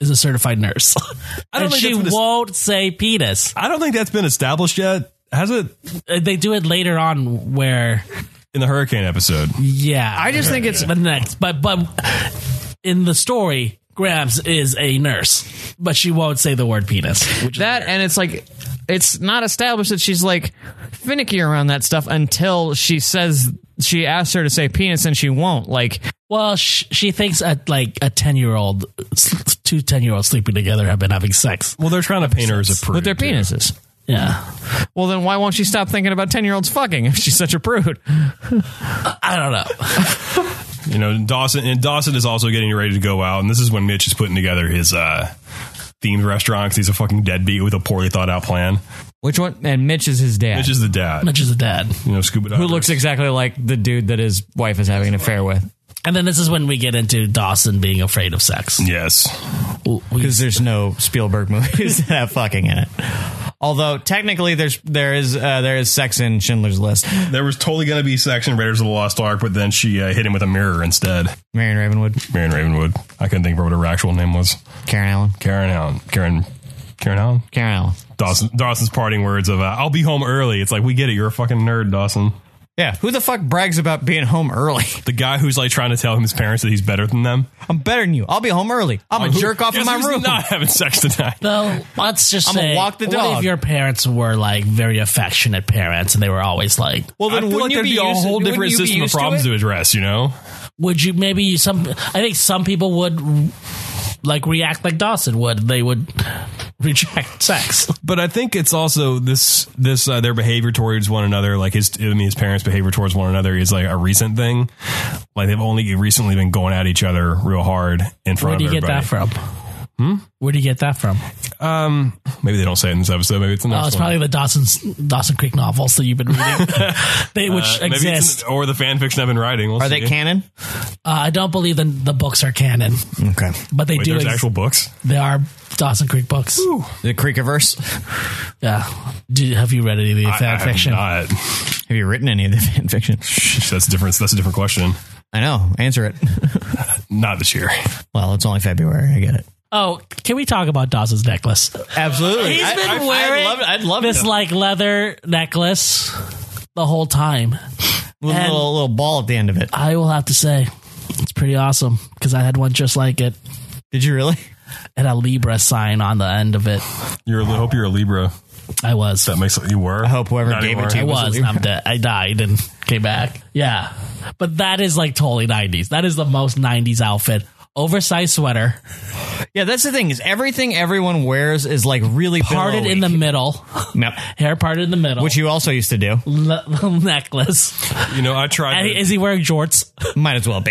Speaker 1: is a certified nurse.
Speaker 2: I don't
Speaker 1: and
Speaker 2: think
Speaker 1: she
Speaker 2: that's what it's-
Speaker 1: won't say penis.
Speaker 2: I don't think that's been established yet." Has it
Speaker 1: Uh, They do it later on where,
Speaker 2: in the hurricane episode?
Speaker 1: yeah.
Speaker 3: I just think it's
Speaker 1: the next. But, but in the story, Grams is a nurse, but she won't say the word penis. Which
Speaker 3: that and it's like it's not established that she's like finicky around that stuff until she says she asks her to say penis and she won't. Like
Speaker 1: Well, she, she thinks a, like a 10 year old, two 10 year olds sleeping together have been having sex.
Speaker 2: Well, they're trying to paint her as a prude
Speaker 3: with their
Speaker 2: too.
Speaker 3: penises.
Speaker 1: Yeah.
Speaker 3: Well then why won't she stop thinking about ten year olds fucking if she's such a prude?
Speaker 1: I don't know.
Speaker 2: You know, Dawson and Dawson is also getting ready to go out, and this is when Mitch is putting together his uh themed restaurant 'cause he's a fucking deadbeat with a poorly thought out plan.
Speaker 7: Which one? And Mitch is his dad,
Speaker 2: Mitch is the dad,
Speaker 1: Mitch is a dad.
Speaker 2: you know, scuba diver.
Speaker 7: who looks exactly like the dude that his wife is having an affair with.
Speaker 1: And then this is when we get into Dawson being afraid of sex.
Speaker 2: yes,
Speaker 1: We-
Speaker 3: because there's no Spielberg movies that have fucking in it. Although technically, there's there is uh, there is sex in Schindler's List.
Speaker 2: there was totally going to be sex in Raiders of the Lost Ark, but then she uh, hit him with a mirror instead.
Speaker 3: Marion Ravenwood,
Speaker 2: Marion Ravenwood. I couldn't think of what her actual name was.
Speaker 3: Karen Allen,
Speaker 2: Karen Allen. Karen. Karen Allen.
Speaker 3: Karen Allen.
Speaker 2: Dawson. Dawson's parting words of uh, "I'll be home early." It's like we get it. You're a fucking nerd, Dawson.
Speaker 3: Yeah, who the fuck brags about being home early?
Speaker 2: The guy who's like trying to tell him his parents that he's better than them.
Speaker 3: I'm better than you. I'll be home early. I'm a
Speaker 2: Who-
Speaker 3: jerk off in
Speaker 2: Guess
Speaker 3: my
Speaker 2: who's
Speaker 3: room.
Speaker 2: Not having sex tonight.
Speaker 1: Though, let's just
Speaker 3: I'ma
Speaker 1: say,
Speaker 3: walk the
Speaker 1: what
Speaker 3: dog.
Speaker 1: if your parents were like very affectionate parents and they were always like,
Speaker 3: Well,
Speaker 2: I
Speaker 3: then
Speaker 2: feel
Speaker 3: wouldn't
Speaker 2: like
Speaker 3: you
Speaker 2: there'd
Speaker 3: be,
Speaker 2: be, a
Speaker 3: used-
Speaker 2: whole
Speaker 3: wouldn't
Speaker 2: different
Speaker 3: you be
Speaker 2: system of
Speaker 3: used to
Speaker 2: problems
Speaker 3: it?
Speaker 2: to, address. You know,
Speaker 1: would you maybe some? I think some people would like react like Dawson would. They would reject sex.
Speaker 2: but I think it's also this this uh, their behavior towards one another, like his I mean his parents' behavior towards one another is like a recent thing. Like they've only recently been going at each other real hard in front
Speaker 1: Where do you
Speaker 2: of
Speaker 1: get
Speaker 2: everybody.
Speaker 1: that from?
Speaker 3: Hmm?
Speaker 1: Where do you get that from?
Speaker 2: Um, maybe they don't say it in this episode. Maybe it's in the
Speaker 1: Oh,
Speaker 2: next
Speaker 1: it's
Speaker 2: one.
Speaker 1: probably the Dawson's Dawson Creek novels that you've been reading, they, which
Speaker 2: Uh, maybe it's in-
Speaker 1: exist.
Speaker 2: or the fan fiction I've been writing. We'll
Speaker 3: Are they
Speaker 2: see.
Speaker 3: canon?
Speaker 1: Uh, I don't believe the the books are canon,
Speaker 3: Okay.
Speaker 1: but they
Speaker 2: Wait,
Speaker 1: do.
Speaker 2: there's
Speaker 1: Ex-
Speaker 2: actual books.
Speaker 1: they are Dawson Creek books.
Speaker 3: The Creekiverse.
Speaker 1: Yeah. Do, have you read any of the
Speaker 2: I- I
Speaker 1: fan
Speaker 2: have
Speaker 1: fiction?
Speaker 2: not.
Speaker 3: Have you written any of the fan fiction?
Speaker 2: That's a different. That's a different question.
Speaker 3: I know. Answer it.
Speaker 2: Not this year.
Speaker 3: Well, it's only February. I get it.
Speaker 1: Oh, can we talk about Dawson's necklace?
Speaker 3: Absolutely.
Speaker 1: He's
Speaker 3: He's
Speaker 1: been wearing
Speaker 3: I'd love, I'd love
Speaker 1: this
Speaker 3: to-
Speaker 1: like leather necklace the whole time.
Speaker 3: with a
Speaker 1: and-
Speaker 3: little, little ball at the end of it.
Speaker 1: I will have to say, it's pretty awesome because I had one just like it
Speaker 3: Did you really?
Speaker 1: and a Libra sign on the end of it.
Speaker 2: You're. I hope you're a Libra.
Speaker 1: I was.
Speaker 2: That makes you were. I
Speaker 3: hope whoever gave it to
Speaker 1: I
Speaker 3: you- was a
Speaker 1: was.
Speaker 3: Libra.
Speaker 1: I'm dead. I died and came back. Yeah, but that is like totally 90s. That is the most 90s outfit. Oversized sweater,
Speaker 3: Yeah, that's the thing is everything everyone wears is like really
Speaker 1: parted in the middle,
Speaker 3: Yep.
Speaker 1: hair parted in the middle,
Speaker 3: Which you also used to do.
Speaker 1: le- necklace.
Speaker 2: You know, I tried.
Speaker 1: And
Speaker 2: the-
Speaker 1: he- is he wearing jorts?
Speaker 3: Might as well be.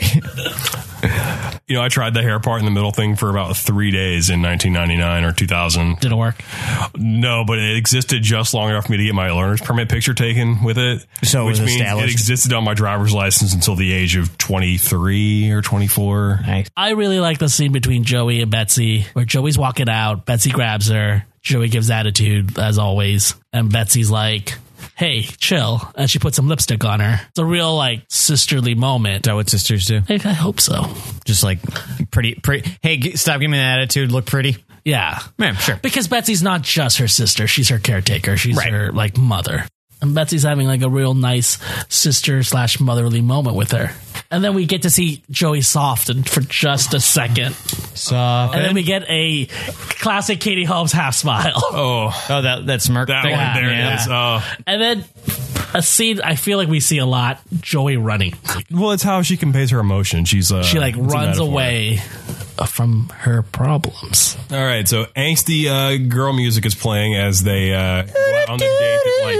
Speaker 2: you know, I tried the hair part in the middle thing for about three days in 1999 or 2000.
Speaker 1: Didn't work.
Speaker 2: No, but it existed just long enough for me to get my learner's permit picture taken with it.
Speaker 3: So it
Speaker 2: which
Speaker 3: was
Speaker 2: means it
Speaker 3: established.
Speaker 2: existed on my driver's license until the age of 23 or 24.
Speaker 3: nice.
Speaker 1: I really like the scene between Joey and Betsy, where Joey's walking out, Betsy grabs her, Joey gives attitude as always, and Betsy's like, "Hey, chill," and she puts some lipstick on her. It's a real like sisterly moment.
Speaker 3: Is that what sisters do?
Speaker 1: I, I hope so.
Speaker 3: Just like pretty, pretty. Hey, g- stop giving me that attitude. Look pretty.
Speaker 1: Yeah,
Speaker 3: Man, sure.
Speaker 1: because Betsy's not just her sister; she's her caretaker. She's
Speaker 3: Right.
Speaker 1: her like mother. And Betsy's having like a real nice sister slash motherly moment with her. And then we get to see Joey soften for just a second.
Speaker 3: Soft.
Speaker 1: And then we get a classic Katie Holmes half smile.
Speaker 2: Oh,
Speaker 3: Oh, that that smirk.
Speaker 2: that
Speaker 3: thing.
Speaker 2: one. There
Speaker 3: Yeah.
Speaker 2: it is. Oh.
Speaker 1: And then a scene I feel like we see a lot Joey running.
Speaker 2: Well, it's how she conveys her emotion. She's uh,
Speaker 1: She like
Speaker 2: it's a
Speaker 1: runs
Speaker 2: metaphor.
Speaker 1: away from her problems.
Speaker 2: All right, so angsty uh, girl music is playing as they uh, go out on the date. That, like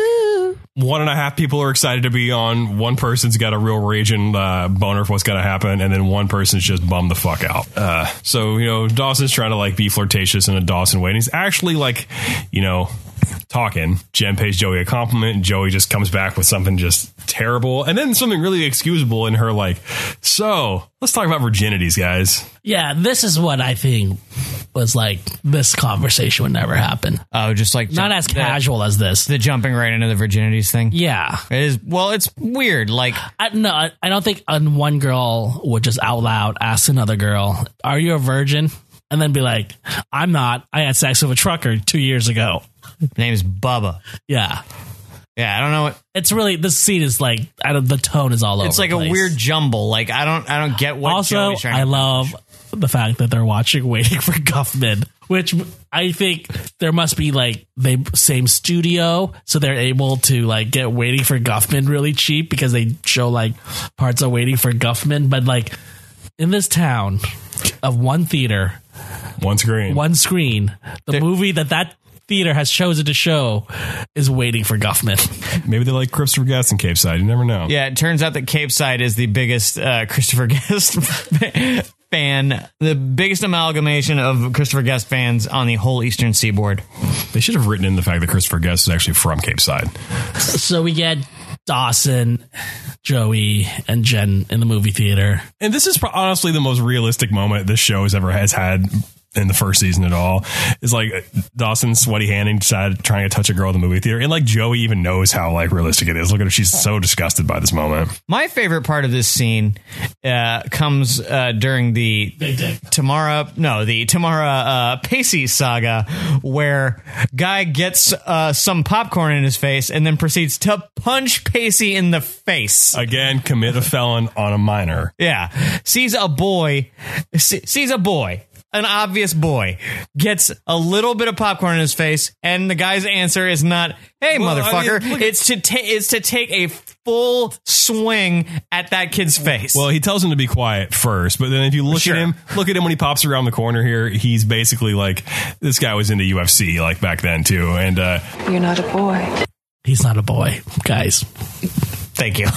Speaker 2: one and a half people are excited to be on. One person's got a real raging uh, boner for what's got to happen, and then one person's just bummed the fuck out. Uh, so you know, Dawson's trying to like be flirtatious in a Dawson way, and he's actually like, you know. Talking, Jen pays Joey a compliment, and Joey just comes back with something just terrible, and then something really excusable in her. Like, so let's talk about virginities, guys.
Speaker 1: Yeah, this is what I think was like this conversation would never happen.
Speaker 3: Oh, just like
Speaker 1: Not
Speaker 3: jump-
Speaker 1: as
Speaker 3: the-
Speaker 1: casual as this.
Speaker 3: The jumping right into the virginities thing.
Speaker 1: Yeah.
Speaker 3: It is. Well, it's weird. Like
Speaker 1: I, no, I I don't think an one girl would just out loud ask another girl, Are you a virgin? And then be like, I'm not. I had sex with a trucker two years ago.
Speaker 3: name's Bubba.
Speaker 1: Yeah.
Speaker 3: Yeah, I don't know. What,
Speaker 1: It's really, this scene is like, out of the tone is all over.
Speaker 3: it's like
Speaker 1: the
Speaker 3: a
Speaker 1: place.
Speaker 3: weird jumble. Like I don't. I don't get what.
Speaker 1: also,
Speaker 3: Joey's trying to
Speaker 1: I love the fact that they're watching Waiting for Guffman, which I think there must be like they same studio, so they're able to like get Waiting for Guffman really cheap because they show like parts of Waiting for Guffman, but like in this town of one theater,
Speaker 2: Once green.
Speaker 1: one screen, the movie that that theater has chosen to show is waiting for Guffman.
Speaker 2: Maybe they like Christopher Guest and Cape Side. You never know.
Speaker 3: Yeah, it turns out that Cape Side is the biggest uh, Christopher Guest fan, the biggest amalgamation of Christopher Guest fans on the whole Eastern Seaboard.
Speaker 2: They should have written in the fact that Christopher Guest is actually from Cape Side.
Speaker 1: So we get Dawson, Joey, and Jen in the movie theater.
Speaker 2: And this is pro- honestly the most realistic moment this show has ever has had in the first season at all. It's like Dawson sweaty handing decided trying to touch a girl in the movie theater, and like Joey even knows how like realistic it is. Look at her; she's so disgusted by this moment.
Speaker 3: My favorite part of this scene uh, comes uh, during the Tamara, no, the Tamara uh, Pacey saga, where guy gets uh, some popcorn in his face and then proceeds to punch Pacey in the face.
Speaker 2: Again, commit a felon on a minor.
Speaker 3: Yeah, sees a boy, se- sees a boy. An obvious boy gets a little bit of popcorn in his face, and the guy's answer is not, "Hey,
Speaker 2: Well, I
Speaker 3: motherfucker!"
Speaker 2: mean, look at-
Speaker 3: it's to ta- it's to take a full swing at that kid's face.
Speaker 2: Well, he tells him to be quiet first, but then if you look
Speaker 3: Sure.
Speaker 2: at him, look at him when he pops around the corner here, he's basically like this guy was into UFC like back then too, and uh,
Speaker 8: You're not a boy.
Speaker 1: He's not a boy, guys.
Speaker 3: Thank you.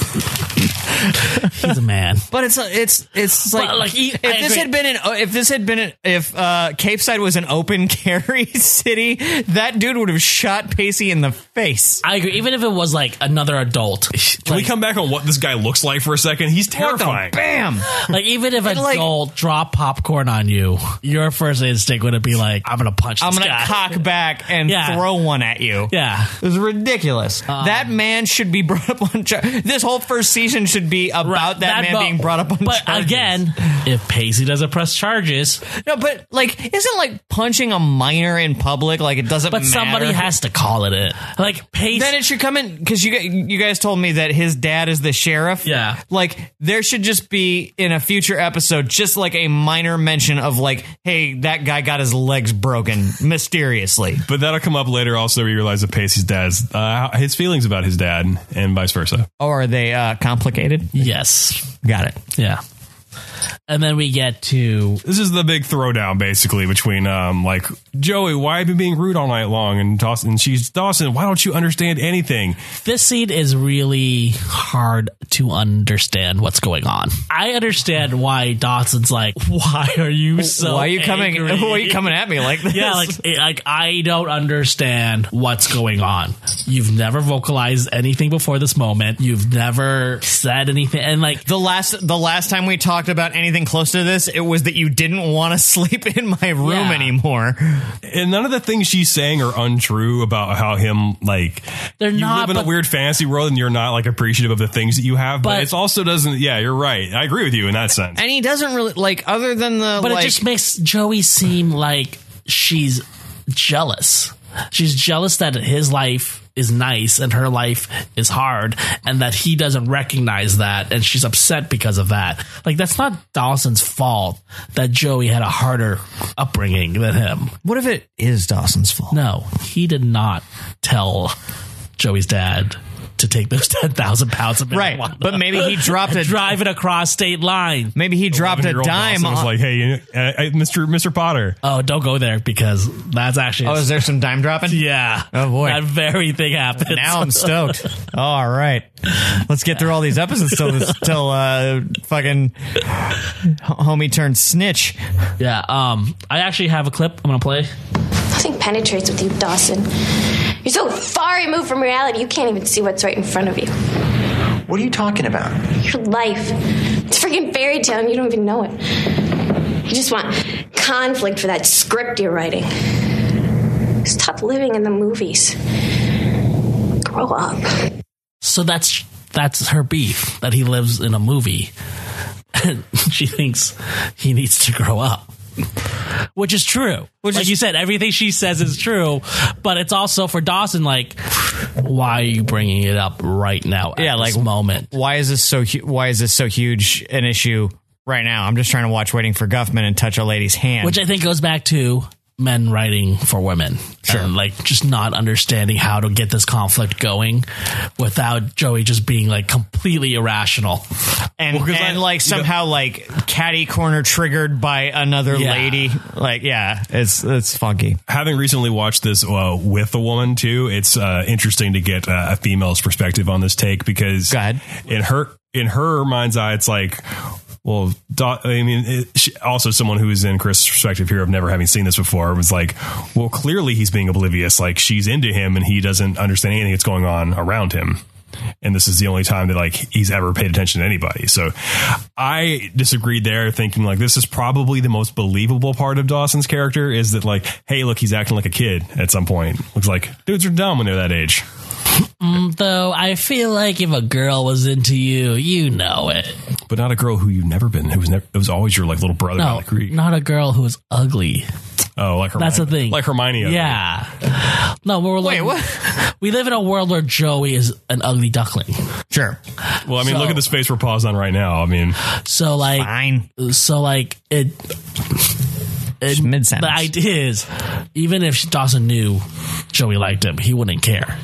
Speaker 1: He's a man.
Speaker 3: But it's it's it's like,
Speaker 1: like, he-
Speaker 3: if
Speaker 1: I
Speaker 3: this
Speaker 1: agree.
Speaker 3: had been an if this had been an, if uh, Cape Side was an open carry city, that dude would have shot Pacey in the face.
Speaker 1: I agree. Even if it was like another adult,
Speaker 2: Can we come back on what this guy looks like for a second? He's
Speaker 3: What the-
Speaker 2: terrifying.
Speaker 3: Bam!
Speaker 1: like even if an
Speaker 3: like-
Speaker 1: adult drop popcorn on you, your first instinct would be like, "I'm gonna punch."
Speaker 3: I'm
Speaker 1: this
Speaker 3: gonna
Speaker 1: guy.
Speaker 3: cock back and
Speaker 1: Yeah.
Speaker 3: throw one at you.
Speaker 1: Yeah,
Speaker 3: It was ridiculous.
Speaker 1: Uh-huh.
Speaker 3: that man should be brought up on charge. This whole first season should be about that, man
Speaker 1: bo-
Speaker 3: being brought up on
Speaker 1: But
Speaker 3: charges.
Speaker 1: again, if Pacey doesn't press charges,
Speaker 3: no, but like, isn't like punching a minor in public like it doesn't?
Speaker 1: but somebody
Speaker 3: matter?
Speaker 1: has to call it it. Like Pacey,
Speaker 3: Then it should come in because you gu- you guys told me that his dad is the sheriff.
Speaker 1: Yeah.
Speaker 3: like there should just be in a future episode just like a minor mention of like, hey, that guy got his legs broken mysteriously.
Speaker 2: But that'll come up later. Also, we realize that Pacey's dad's uh, his feelings about his dad, and vice versa.
Speaker 3: Or are they uh, complicated?
Speaker 1: yes,
Speaker 3: Got it.
Speaker 1: yeah. And then we get to
Speaker 2: This is the big throwdown, basically, between um, like Joey, why have you been being rude all night long, and Dawson, and she's Dawson. Why don't you understand anything?
Speaker 1: this scene is really hard to understand what's going on. I understand why Dawson's like, why are you so?
Speaker 3: why are you coming?
Speaker 1: angry?"
Speaker 3: Why are you coming at me like this?
Speaker 1: Yeah, like it- like I don't understand what's going on. You've never vocalized anything before this moment. You've never said anything, and like
Speaker 3: The last the last time we talked about anything close to this, it was that you didn't want to sleep in my room
Speaker 1: Yeah.
Speaker 3: anymore.
Speaker 2: And none of the things she's saying are untrue about how him like
Speaker 1: They're
Speaker 2: you
Speaker 1: not,
Speaker 2: live in
Speaker 1: but-
Speaker 2: a weird fantasy world, and you're not like appreciative of the things that you have. But,
Speaker 1: But-
Speaker 2: it's also doesn't. Yeah, you're right. I agree with you in that sense.
Speaker 3: And he doesn't really like other than the
Speaker 1: but
Speaker 3: like,
Speaker 1: it just makes Joey seem like she's jealous. She's jealous that his life is nice and her life is hard and that he doesn't recognize that and she's upset because of that. Like that's not Dawson's fault that Joey had a harder upbringing than him.
Speaker 3: What if it is Dawson's fault?
Speaker 1: No, he did not tell Joey's dad to take those 10,000 pounds of
Speaker 3: Right,
Speaker 1: marijuana.
Speaker 3: but maybe he dropped a-
Speaker 1: drive it across state lines.
Speaker 3: Maybe he dropped a
Speaker 2: 11-year-old
Speaker 3: dime.
Speaker 2: Dawson was
Speaker 3: on-
Speaker 2: like, "Hey, you know, uh, uh, Mr. Mr. Potter,
Speaker 1: Oh, don't go there because that's actually
Speaker 3: oh, is there some dime dropping?
Speaker 1: Yeah.
Speaker 3: Oh, boy.
Speaker 1: That very thing happens.
Speaker 3: Now I'm stoked. All right, let's get through all these episodes till till uh, fucking h- homie turned snitch.
Speaker 1: yeah. Um, I actually have a clip I'm gonna play.
Speaker 9: Nothing penetrates with you, Dawson. You're so far removed from reality, you can't even see what's right in front of you.
Speaker 10: What are you talking about?
Speaker 9: Your life. It's a freaking fairy tale, and you don't even know it. You just want conflict for that script you're writing. Stop living in the movies. Grow up.
Speaker 1: So that's that's her beef that he lives in a movie. And she thinks he needs to grow up. Which is true. like you said, everything she says is true, but it's also for Dawson. Like, why are you bringing it up right now? At
Speaker 3: Yeah, like-
Speaker 1: this moment.
Speaker 3: Why is this so? Hu- why is this so huge an issue right now? I'm just trying to watch Waiting for Guffman and touch a lady's hand.
Speaker 1: which I think goes back to men writing for women and like just not understanding how to get this conflict going without Joey just being like completely irrational.
Speaker 7: and, and like somehow like catty corner triggered by another
Speaker 1: Yeah.
Speaker 7: lady. Like yeah, it's it's funky.
Speaker 2: having recently watched this uh, with a woman too, it's uh, interesting to get uh, a female's perspective on this take because
Speaker 7: Go ahead.
Speaker 2: in her in her mind's eye, it's like. Well, Do- I mean, it, she, also someone who is in Chris's perspective here of never having seen this before was like, well, clearly he's being oblivious. Like she's into him and he doesn't understand anything that's going on around him. And this is the only time that like he's ever paid attention to anybody. So I disagreed there, thinking like this is probably the most believable part of Dawson's character is that like, hey, look, he's acting like a kid at some point. Looks like dudes are dumb when they're that age.
Speaker 1: Though I feel like if a girl was into you, you know it.
Speaker 2: but not a girl who you've never been who was never it was always your like little brother down
Speaker 1: No,
Speaker 2: the creek.
Speaker 1: not a girl who is ugly.
Speaker 2: oh, like Hermione.
Speaker 1: That's the thing.
Speaker 2: Like Hermione.
Speaker 1: Yeah. No, we're like, we live in a world where Joey is an ugly duckling.
Speaker 7: Sure,
Speaker 2: Well, I mean,
Speaker 1: So-
Speaker 2: look at the space we're paused on right now. I mean,
Speaker 1: So like,
Speaker 7: fine.
Speaker 1: so like it. it
Speaker 7: mid
Speaker 1: the
Speaker 7: sentence.
Speaker 1: idea is, even if Dawson knew Joey liked him, he wouldn't care.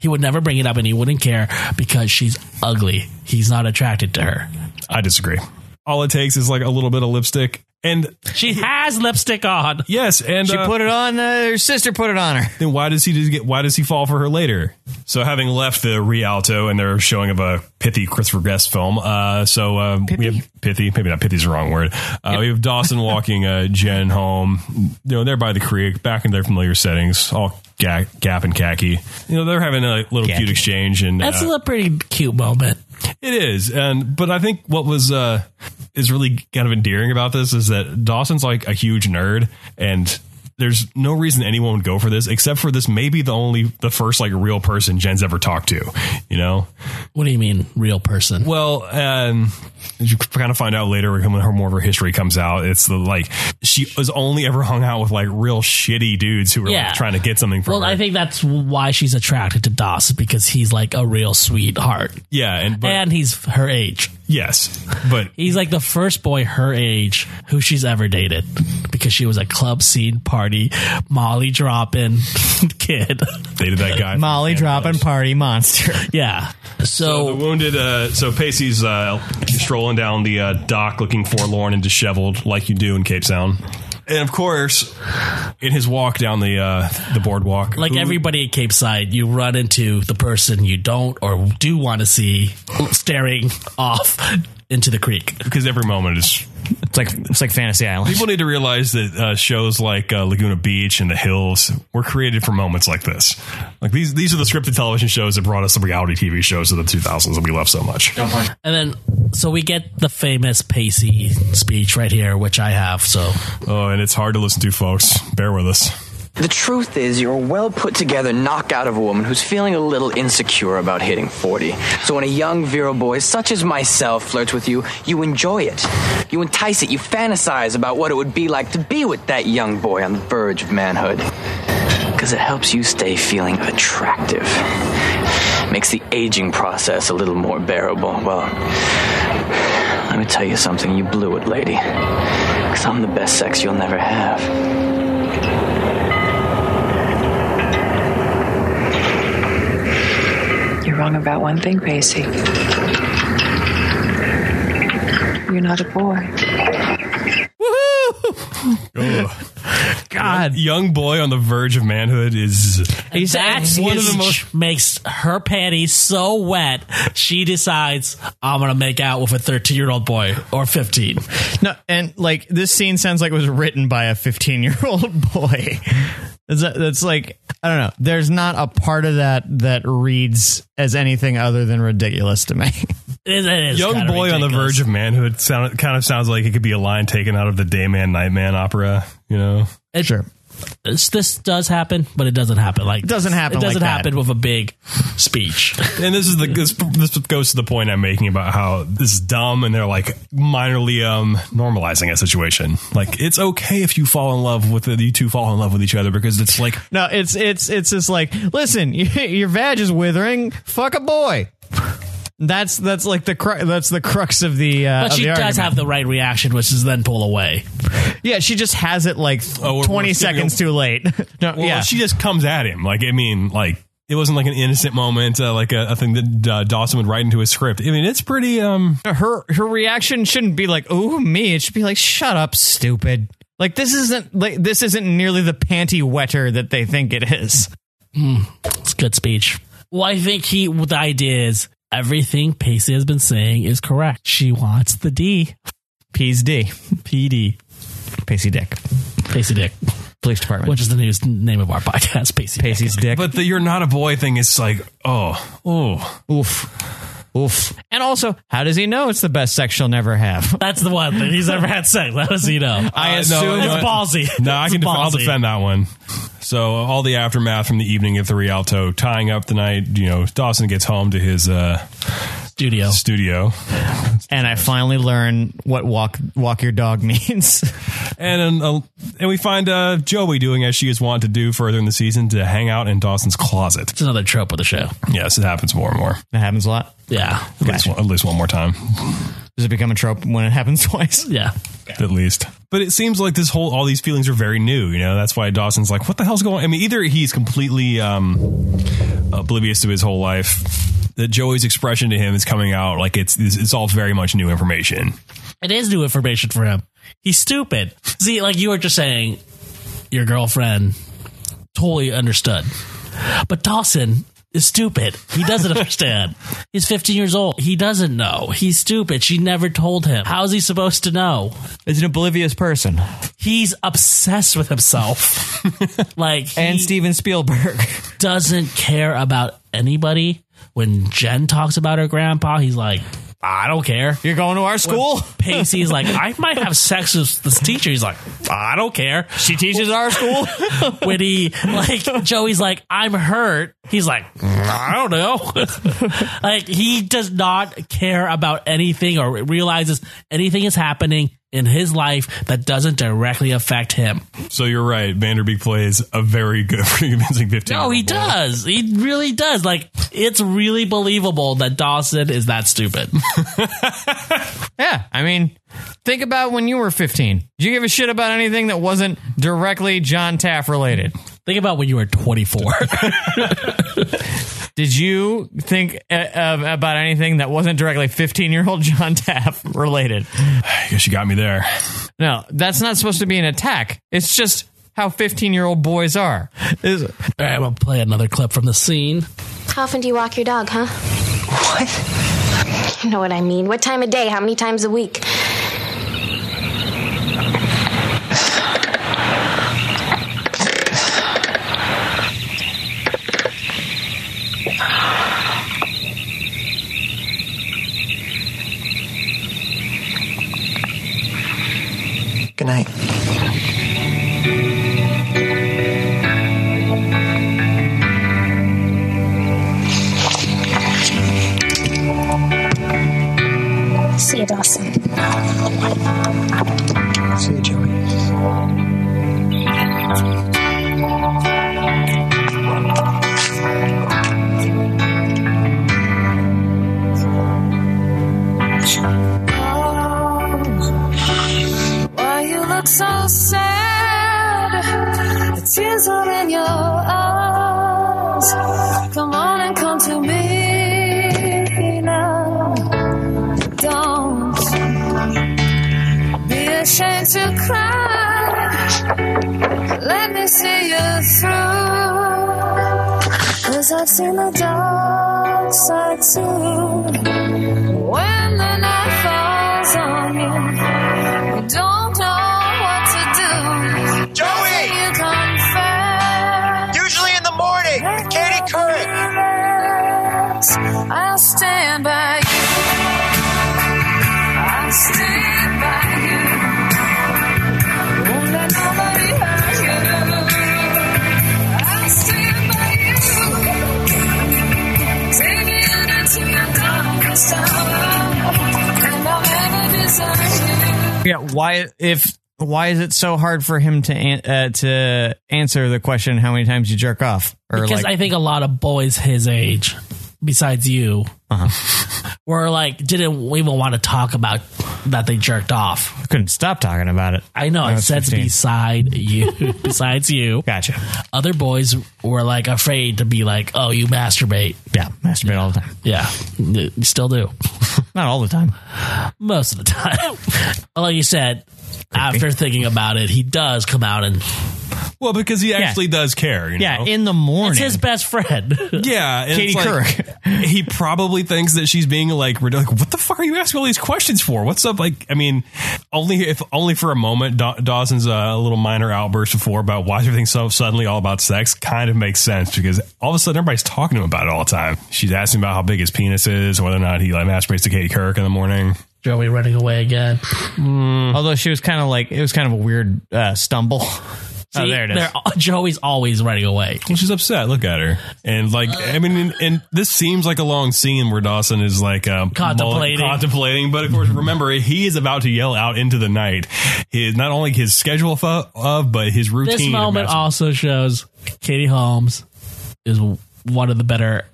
Speaker 1: He would never bring it up, and he wouldn't care because she's ugly. He's not attracted to her.
Speaker 2: I disagree. All it takes is like a little bit of lipstick, and
Speaker 1: She has lipstick on.
Speaker 2: yes, and
Speaker 7: She
Speaker 2: uh,
Speaker 7: put it on. Uh, her sister put it on her.
Speaker 2: then why does he just get? Why does he fall for her later? So having left the Rialto and their showing of a pithy Christopher Guest film, uh, so uh, we have pithy, maybe not pithy's the wrong word. Uh, we have Dawson walking uh, Jen home. You know, they're by the creek, back in their familiar settings, all ga- gap and khaki. You know, they're having a little cute exchange, and
Speaker 1: That's
Speaker 2: uh,
Speaker 1: a pretty cute moment.
Speaker 2: it is, and but I think what was uh is really kind of endearing about this is that Dawson's like a huge nerd and there's no reason anyone would go for this except for this may be the only the first like real person Jen's ever talked to, you know?
Speaker 1: What do you mean, real person?
Speaker 2: Well, um, as you kind of find out later when her more of her history comes out, it's the like she was only ever hung out with like real shitty dudes who were
Speaker 1: Yeah.
Speaker 2: like, trying to get something from
Speaker 1: Well,
Speaker 2: her.
Speaker 1: I think that's why she's attracted to Dawson because he's like a real sweetheart,
Speaker 2: yeah, and but
Speaker 1: and he's her age.
Speaker 2: yes, but
Speaker 1: He's like the first boy her age who she's ever dated because she was a club scene party Molly dropping kid.
Speaker 2: they did that guy.
Speaker 7: Molly dropping party monster.
Speaker 1: yeah.
Speaker 2: So the
Speaker 1: So
Speaker 2: wounded, uh, so Pacey's uh, strolling down the uh, dock looking forlorn and disheveled, like you do in Cape Town. And of course, in his walk down the uh, the boardwalk,
Speaker 1: like
Speaker 2: who-
Speaker 1: everybody at Cape Side, you run into the person you don't or do want to see staring off into the creek.
Speaker 2: because every moment is.
Speaker 7: It's like it's like Fantasy Island.
Speaker 2: People need to realize that uh, shows like uh, Laguna Beach and The Hills were created for moments like this. Like these, these are the scripted television shows that brought us the reality TV shows of the 2000s that we love so much.
Speaker 1: And then so we get the famous Pacey speech right here, which I have. So
Speaker 2: Oh, and it's hard to listen to, folks. Bear with us.
Speaker 4: The truth is, you're a well put together knockout of a woman who's feeling a little insecure about hitting 40. So when a young virile boy, such as myself, flirts with you, you enjoy it. You entice it, you fantasize about what it would be like to be with that young boy on the verge of manhood. Because it helps you stay feeling attractive. Makes the aging process a little more bearable. Well, let me tell you something, you blew it, lady. Because I'm the best sex you'll never have.
Speaker 11: You're wrong about one thing, Pacey. You're not a boy.
Speaker 2: God, young boy on the verge of manhood is
Speaker 1: That's
Speaker 2: one
Speaker 1: one
Speaker 2: of the most-
Speaker 1: makes her panties so wet. She decides I'm gonna make out with a 13 year old boy or 15.
Speaker 7: No, and like this scene sounds like it was written by a 15 year old boy. That's, that's like I don't know. There's not a part of that that reads as anything other than ridiculous to me.
Speaker 1: It is, it is
Speaker 2: Young
Speaker 1: kinda
Speaker 2: boy on the
Speaker 1: ridiculous.
Speaker 2: verge of manhood sound, kind of sounds like it could be a line taken out of the Day Man Night Man opera, you know?
Speaker 1: It-
Speaker 7: Sure.
Speaker 1: This, this does happen, but it doesn't happen like it
Speaker 7: doesn't happen
Speaker 1: It
Speaker 7: like
Speaker 1: doesn't
Speaker 7: that.
Speaker 1: happen with a big speech.
Speaker 2: And this is the this, this goes to the point I'm making about how this is dumb and they're like minorly um normalizing a situation. Like it's okay if you fall in love with you two fall in love with each other because it's like
Speaker 7: No, it's it's it's just like listen, your vag is withering. Fuck a boy.
Speaker 3: That's that's like the cru- that's the crux of the. Uh,
Speaker 1: But
Speaker 3: of
Speaker 1: she
Speaker 3: the
Speaker 1: does
Speaker 3: argument.
Speaker 1: have the right reaction, which is then pull away.
Speaker 3: Yeah, she just has it like
Speaker 2: Oh, we're-
Speaker 3: 20
Speaker 2: we're skipping
Speaker 3: seconds too late. no,
Speaker 2: Well,
Speaker 3: yeah.
Speaker 2: she just comes at him. Like, I mean, like it wasn't like an innocent moment, uh, like a, a thing that uh, Dawson would write into his script. I mean, it's pretty. Um,
Speaker 3: her her reaction shouldn't be like, "Ooh, me." It should be like, "Shut up, stupid." Like this isn't like this isn't nearly the panty wetter that they think it is.
Speaker 1: It's good speech. Well, I think he the idea is everything Pacey has been saying is correct. She wants the D.
Speaker 3: P's D.
Speaker 1: PD.
Speaker 3: Pacey Dick.
Speaker 1: Pacey Dick.
Speaker 3: Police Department.
Speaker 1: Which is the news name of our podcast, Pacey. Dick.
Speaker 3: Pacey's dick.
Speaker 2: but the "you're not a boy" thing is like, oh, oh,
Speaker 3: oof. Oof. And also, how does he know it's the best sex she'll never have?
Speaker 1: That's the one that he's ever had sex. That was, you know.
Speaker 2: Uh,
Speaker 3: I
Speaker 2: no,
Speaker 3: assume
Speaker 2: you know
Speaker 1: it's
Speaker 2: what?
Speaker 1: ballsy.
Speaker 2: No, I
Speaker 1: It's
Speaker 2: can. Def- I'll
Speaker 1: ballsy.
Speaker 2: defend that one. So uh, all the aftermath from the evening at the Rialto, tying up the night. You know, Dawson gets home to his uh,
Speaker 1: Studio.
Speaker 2: studio,
Speaker 3: and I finally learn what walk walk your dog means.
Speaker 2: and uh, and we find uh, Joey doing as she is wont to do further in the season to hang out in Dawson's closet.
Speaker 1: It's another trope of the show.
Speaker 2: Yes, it happens more and more.
Speaker 3: that happens a lot.
Speaker 1: Yeah.
Speaker 2: At least one- at least one more time.
Speaker 3: Does it become a trope when it happens twice?
Speaker 1: Yeah.
Speaker 2: at least. But it seems like this whole all these feelings are very new. You know, that's why Dawson's like, what the hell's going? on? I mean, either he's completely um, oblivious to his whole life. That Joey's expression to him is coming out like it's it's it's all very much new information.
Speaker 1: It is new information for him. He's stupid. See, like you were just saying, your girlfriend totally understood. But Dawson is stupid. He doesn't understand. He's 15 years old. He doesn't know. He's stupid. She never told him. How is he supposed to know?
Speaker 3: Is an oblivious person.
Speaker 1: He's obsessed with himself. like he
Speaker 3: And Steven Spielberg.
Speaker 1: doesn't care about anybody. When Jen talks about her grandpa, he's like, I don't care.
Speaker 3: You're going to our school?
Speaker 1: Pacey's like, I might have sex with this teacher. He's like, I don't care.
Speaker 3: She teaches our school?
Speaker 1: When he like Joey's like, I'm hurt. He's like, I don't know. like he does not care about anything or realizes anything is happening in his life that doesn't directly affect him.
Speaker 2: So you're right. Vanderbeek plays a very good, pretty convincing fifteen.
Speaker 1: No, he does. He really does. Like it's really believable that Dawson is that stupid.
Speaker 3: Yeah, I mean, think about when you were 15. Did you give a shit about anything that wasn't directly John Taff related?
Speaker 1: Think about when you were 24.
Speaker 3: Did you think uh, uh, about anything that wasn't directly 15 year old John Taff related?
Speaker 2: I guess you got me there.
Speaker 3: No, that's not supposed to be an attack. It's just how 15 year old boys are. Is-
Speaker 1: All right, I'm gonna play another clip from the scene.
Speaker 9: How often do you walk your dog, huh?
Speaker 4: What?
Speaker 9: You know what I mean. What time of day? How many times a week?
Speaker 4: Good night.
Speaker 9: See you, Dawson.
Speaker 4: See you, Joey.
Speaker 11: Why you look so sad? The tears are in your eyes. Come on and come to me now. Don't be ashamed to cry. Let me see you through. Cause I've seen the dark side too. When the night falls on you don't know what to do. Joey! You confess.
Speaker 10: Usually in the morning with Katie Couric.
Speaker 11: I'll stand by you. I'll stand by you. Won't let nobody hurt you. I'll stand by you. Take me out into your darkest hour. And I'll never desert you.
Speaker 3: yeah, why if why is it so hard for him to an, uh, to answer the question how many times you jerk off or
Speaker 1: Because
Speaker 3: like Uh-huh.
Speaker 1: I think a lot of boys his age, besides you, were like didn't even want to talk about that they jerked off.
Speaker 3: I couldn't stop talking about it.
Speaker 1: I know
Speaker 3: When
Speaker 1: it
Speaker 3: was
Speaker 1: says
Speaker 3: 15.
Speaker 1: beside you, besides you.
Speaker 3: Gotcha.
Speaker 1: Other boys were like afraid to be like, "Oh, you masturbate."
Speaker 3: Yeah, masturbate all the time.
Speaker 1: Yeah, you still do
Speaker 3: Not all the time.
Speaker 1: most of the time. But like you said, after thinking about it, he does come out and
Speaker 2: Well, because he actually does care. You
Speaker 3: Yeah,
Speaker 2: know?
Speaker 3: in the morning.
Speaker 1: it's his best friend.
Speaker 2: Yeah, and
Speaker 3: Katie
Speaker 2: it's like, he probably thinks that she's being like, rid- like, "What the fuck are you asking all these questions for? What's up?" Like, I mean, only if only for a moment, Daw- Dawson's uh, little minor outburst before about why everything's so suddenly all about sex kind of makes sense because all of a sudden everybody's talking to him about it all the time. She's asking about how big his penis is, whether or not he like masturbates to Katie Kirk in the morning.
Speaker 1: Joey running away again.
Speaker 3: Although she was kind of like, it was kind of a weird uh, stumble. oh,
Speaker 1: See,
Speaker 3: there it is.
Speaker 1: they're all- Joey's always running away.
Speaker 2: Well, she's upset. Look at her, and like, I mean, and, and this seems like a long scene where Dawson is like um,
Speaker 1: Contemplating.
Speaker 2: mulling- contemplating. But of course, remember he is about to yell out into the night. His not only his schedule fu- of, but his routine.
Speaker 1: This
Speaker 2: of
Speaker 1: moment
Speaker 2: master-
Speaker 1: also shows Katie Holmes is one of the better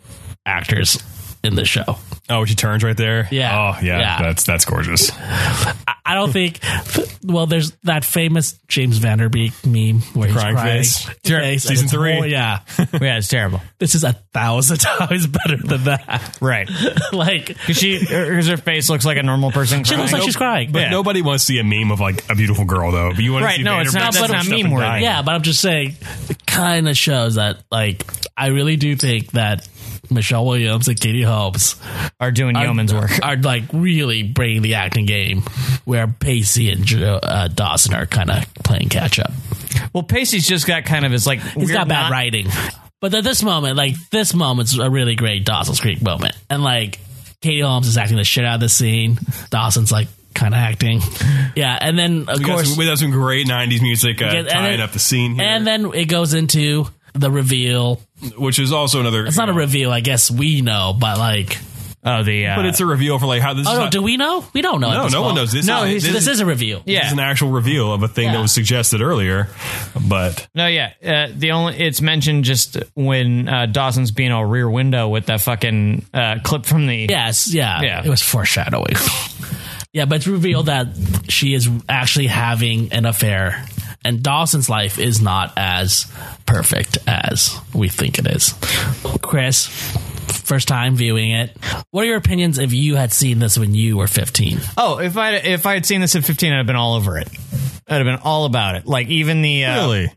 Speaker 1: actors in the show.
Speaker 2: oh, she turns right there.
Speaker 1: Yeah.
Speaker 2: Oh, yeah.
Speaker 1: Yeah.
Speaker 2: That's that's gorgeous.
Speaker 1: I- I don't think. Well, there's that famous James Vanderbeek meme where he's
Speaker 2: Crying
Speaker 1: crying,
Speaker 2: face.
Speaker 1: Sure. Face, and
Speaker 2: Season
Speaker 1: it's
Speaker 2: three.
Speaker 1: hor- oh, yeah,
Speaker 3: yeah, it's terrible.
Speaker 1: this is a thousand times better than that.
Speaker 3: Right.
Speaker 1: like
Speaker 3: Because she, because her face looks like a normal person.
Speaker 1: she looks like
Speaker 3: crying.
Speaker 1: she's crying.
Speaker 2: But
Speaker 1: But-
Speaker 2: nobody wants to see a meme of like a beautiful girl though. But you want to
Speaker 3: Right,
Speaker 2: see
Speaker 3: no, it's not-
Speaker 2: Vanderbilt
Speaker 3: that's not
Speaker 2: stuff and
Speaker 3: meme-worthy.
Speaker 2: dying.
Speaker 1: yeah, but I'm just saying, it kind of shows that. Like, I really do think that Michelle Williams and Katie Holmes
Speaker 3: are doing
Speaker 1: are-
Speaker 3: yeoman's work.
Speaker 1: are like really bringing the acting game, where Pacey and Jo- uh, Dawson are kind of playing catch up.
Speaker 3: Well, Pacey's just got kind of his like.
Speaker 1: It's
Speaker 3: weird
Speaker 1: got bad
Speaker 3: knot-
Speaker 1: writing. But at this moment, like this moment's a really great Dawson's Creek moment. And like Katie Holmes is acting the shit out of the scene. Dawson's like kind of acting. Yeah, and then of
Speaker 2: We got,
Speaker 1: course
Speaker 2: some, we got some great '90s music uh,
Speaker 1: and then-
Speaker 2: tying up the scene, here,
Speaker 1: and then it goes into the reveal.
Speaker 2: which is also another.
Speaker 1: It's not a reveal, I guess we know, but like
Speaker 3: Oh, the. Uh,
Speaker 2: but it's a reveal for like how this.
Speaker 1: Oh
Speaker 2: is
Speaker 1: no,
Speaker 2: not-
Speaker 1: do we know? We don't know. at
Speaker 2: No,
Speaker 1: this
Speaker 2: no one
Speaker 1: point.
Speaker 2: knows. This
Speaker 1: no,
Speaker 2: is-
Speaker 1: this,
Speaker 2: this
Speaker 1: this
Speaker 2: is-
Speaker 1: is a reveal.
Speaker 3: Yeah.
Speaker 2: It's an actual reveal of a thing that
Speaker 1: Yeah.
Speaker 2: was suggested earlier, but
Speaker 3: no, yeah. Uh, the only it's mentioned just when uh, Dawson's being all rear window with that fucking uh, clip from the.
Speaker 1: Yes, yeah.
Speaker 3: Yeah.
Speaker 1: It was foreshadowing. yeah, but it's revealed that she is actually having an affair, and Dawson's life is not as perfect as we think it is. Chris, first time viewing it, what are your opinions if you had seen this when you were 15?
Speaker 3: Oh, if I if I had seen this at fifteen, I'd have been all over it. I'd have been all about it. Like even the uh,
Speaker 2: really,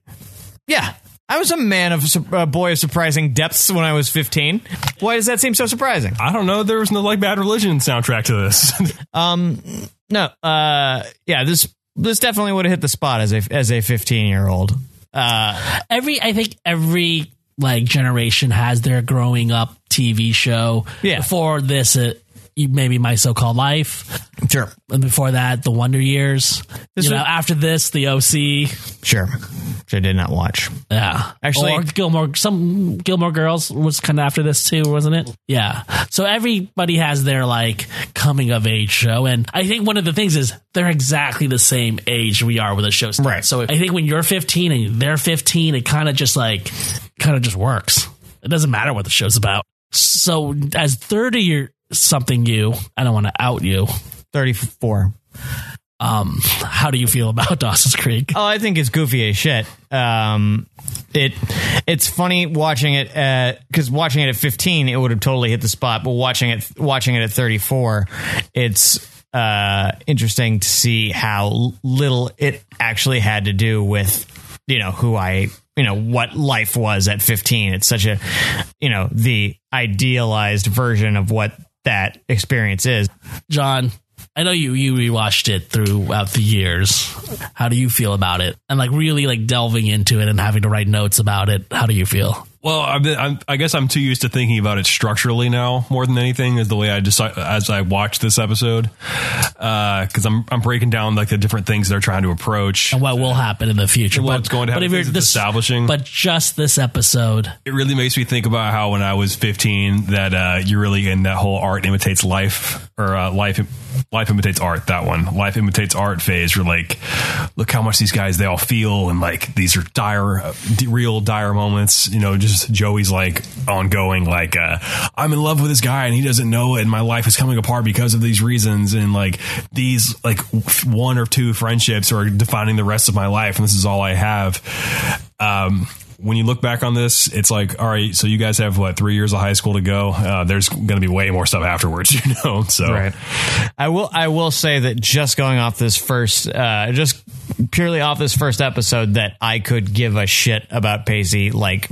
Speaker 3: yeah. I was a man of su- a boy of surprising depths when I was fifteen. Why does that seem so surprising?
Speaker 2: I don't know. There was no like Bad Religion soundtrack to this.
Speaker 3: No, uh, yeah this this definitely would have hit the spot as a as a Uh, fifteen year old.
Speaker 1: Every, I think every like generation has their growing up TV show.
Speaker 3: Yeah.
Speaker 1: Before this, it, maybe my so-called life,
Speaker 3: Sure,
Speaker 1: and before that, the Wonder Years.
Speaker 3: This
Speaker 1: you
Speaker 3: was-
Speaker 1: know, after this, the OC.
Speaker 3: sure, which I did not watch.
Speaker 1: Yeah,
Speaker 3: Actually-
Speaker 1: or Gilmore. Some Gilmore Girls was kind of after this too, wasn't it? Yeah. So everybody has their like coming of age show, and I think one of the things is they're exactly the same age we are with the show starts.
Speaker 3: Right.
Speaker 1: So I think when you're 15 and they're 15, it kind of just like kind of just works. It doesn't matter what the show's about. So as 30 year something you, I don't want to out you.
Speaker 3: Thirty four.
Speaker 1: Um, how do you feel about Dawson's Creek?
Speaker 3: Oh, I think it's goofy as shit. Um, it it's funny watching it because watching it at 15, it would have totally hit the spot. But watching it watching it at 34, it's uh, interesting to see how little it actually had to do with you know who I you know what life was at 15. It's such a you know the idealized version of what that experience is.
Speaker 1: John, I know you you rewatched it throughout the years. How do you feel about it? And like really like delving into it and having to write notes about it. How do you feel?
Speaker 2: well, I'm, I'm, I guess I'm too used to thinking about it structurally now more than anything is the way I decide as I watch this episode because I'm I'm breaking down like the different things they're trying to approach.
Speaker 1: And what will happen in the future?
Speaker 2: What's going to happen,
Speaker 1: if you're
Speaker 2: things it's establishing.
Speaker 1: But just this episode,
Speaker 2: It really makes me think about how when I was 15 that uh, you're really in that whole art imitates life or uh, life life imitates art that one life imitates art phase where like look how much these guys they all feel and like these are dire uh, d- real dire moments you know just is Joey's like ongoing, like uh, I'm in love with this guy and he doesn't know it, and my life is coming apart because of these reasons, and like these like one or two friendships are defining the rest of my life, and this is all I have. Um, when you look back on this, it's like, all right, so you guys have what three years of high school to go. Uh, there's going to be way more stuff afterwards, you know. So
Speaker 3: Right. I will. I will say that just going off this first, uh, just purely off this first episode, that I could give a shit about Pacey like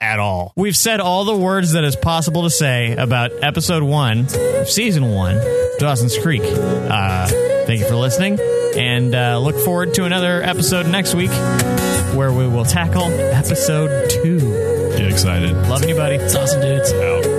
Speaker 3: at all. We've said all the words that is possible to say about episode one, of season one, Dawson's Creek. Uh, thank you for listening, and uh, look forward to another episode next week where we will tackle episode two.
Speaker 2: get excited.
Speaker 3: Loving you, buddy.
Speaker 12: It's awesome, dudes.
Speaker 2: Out.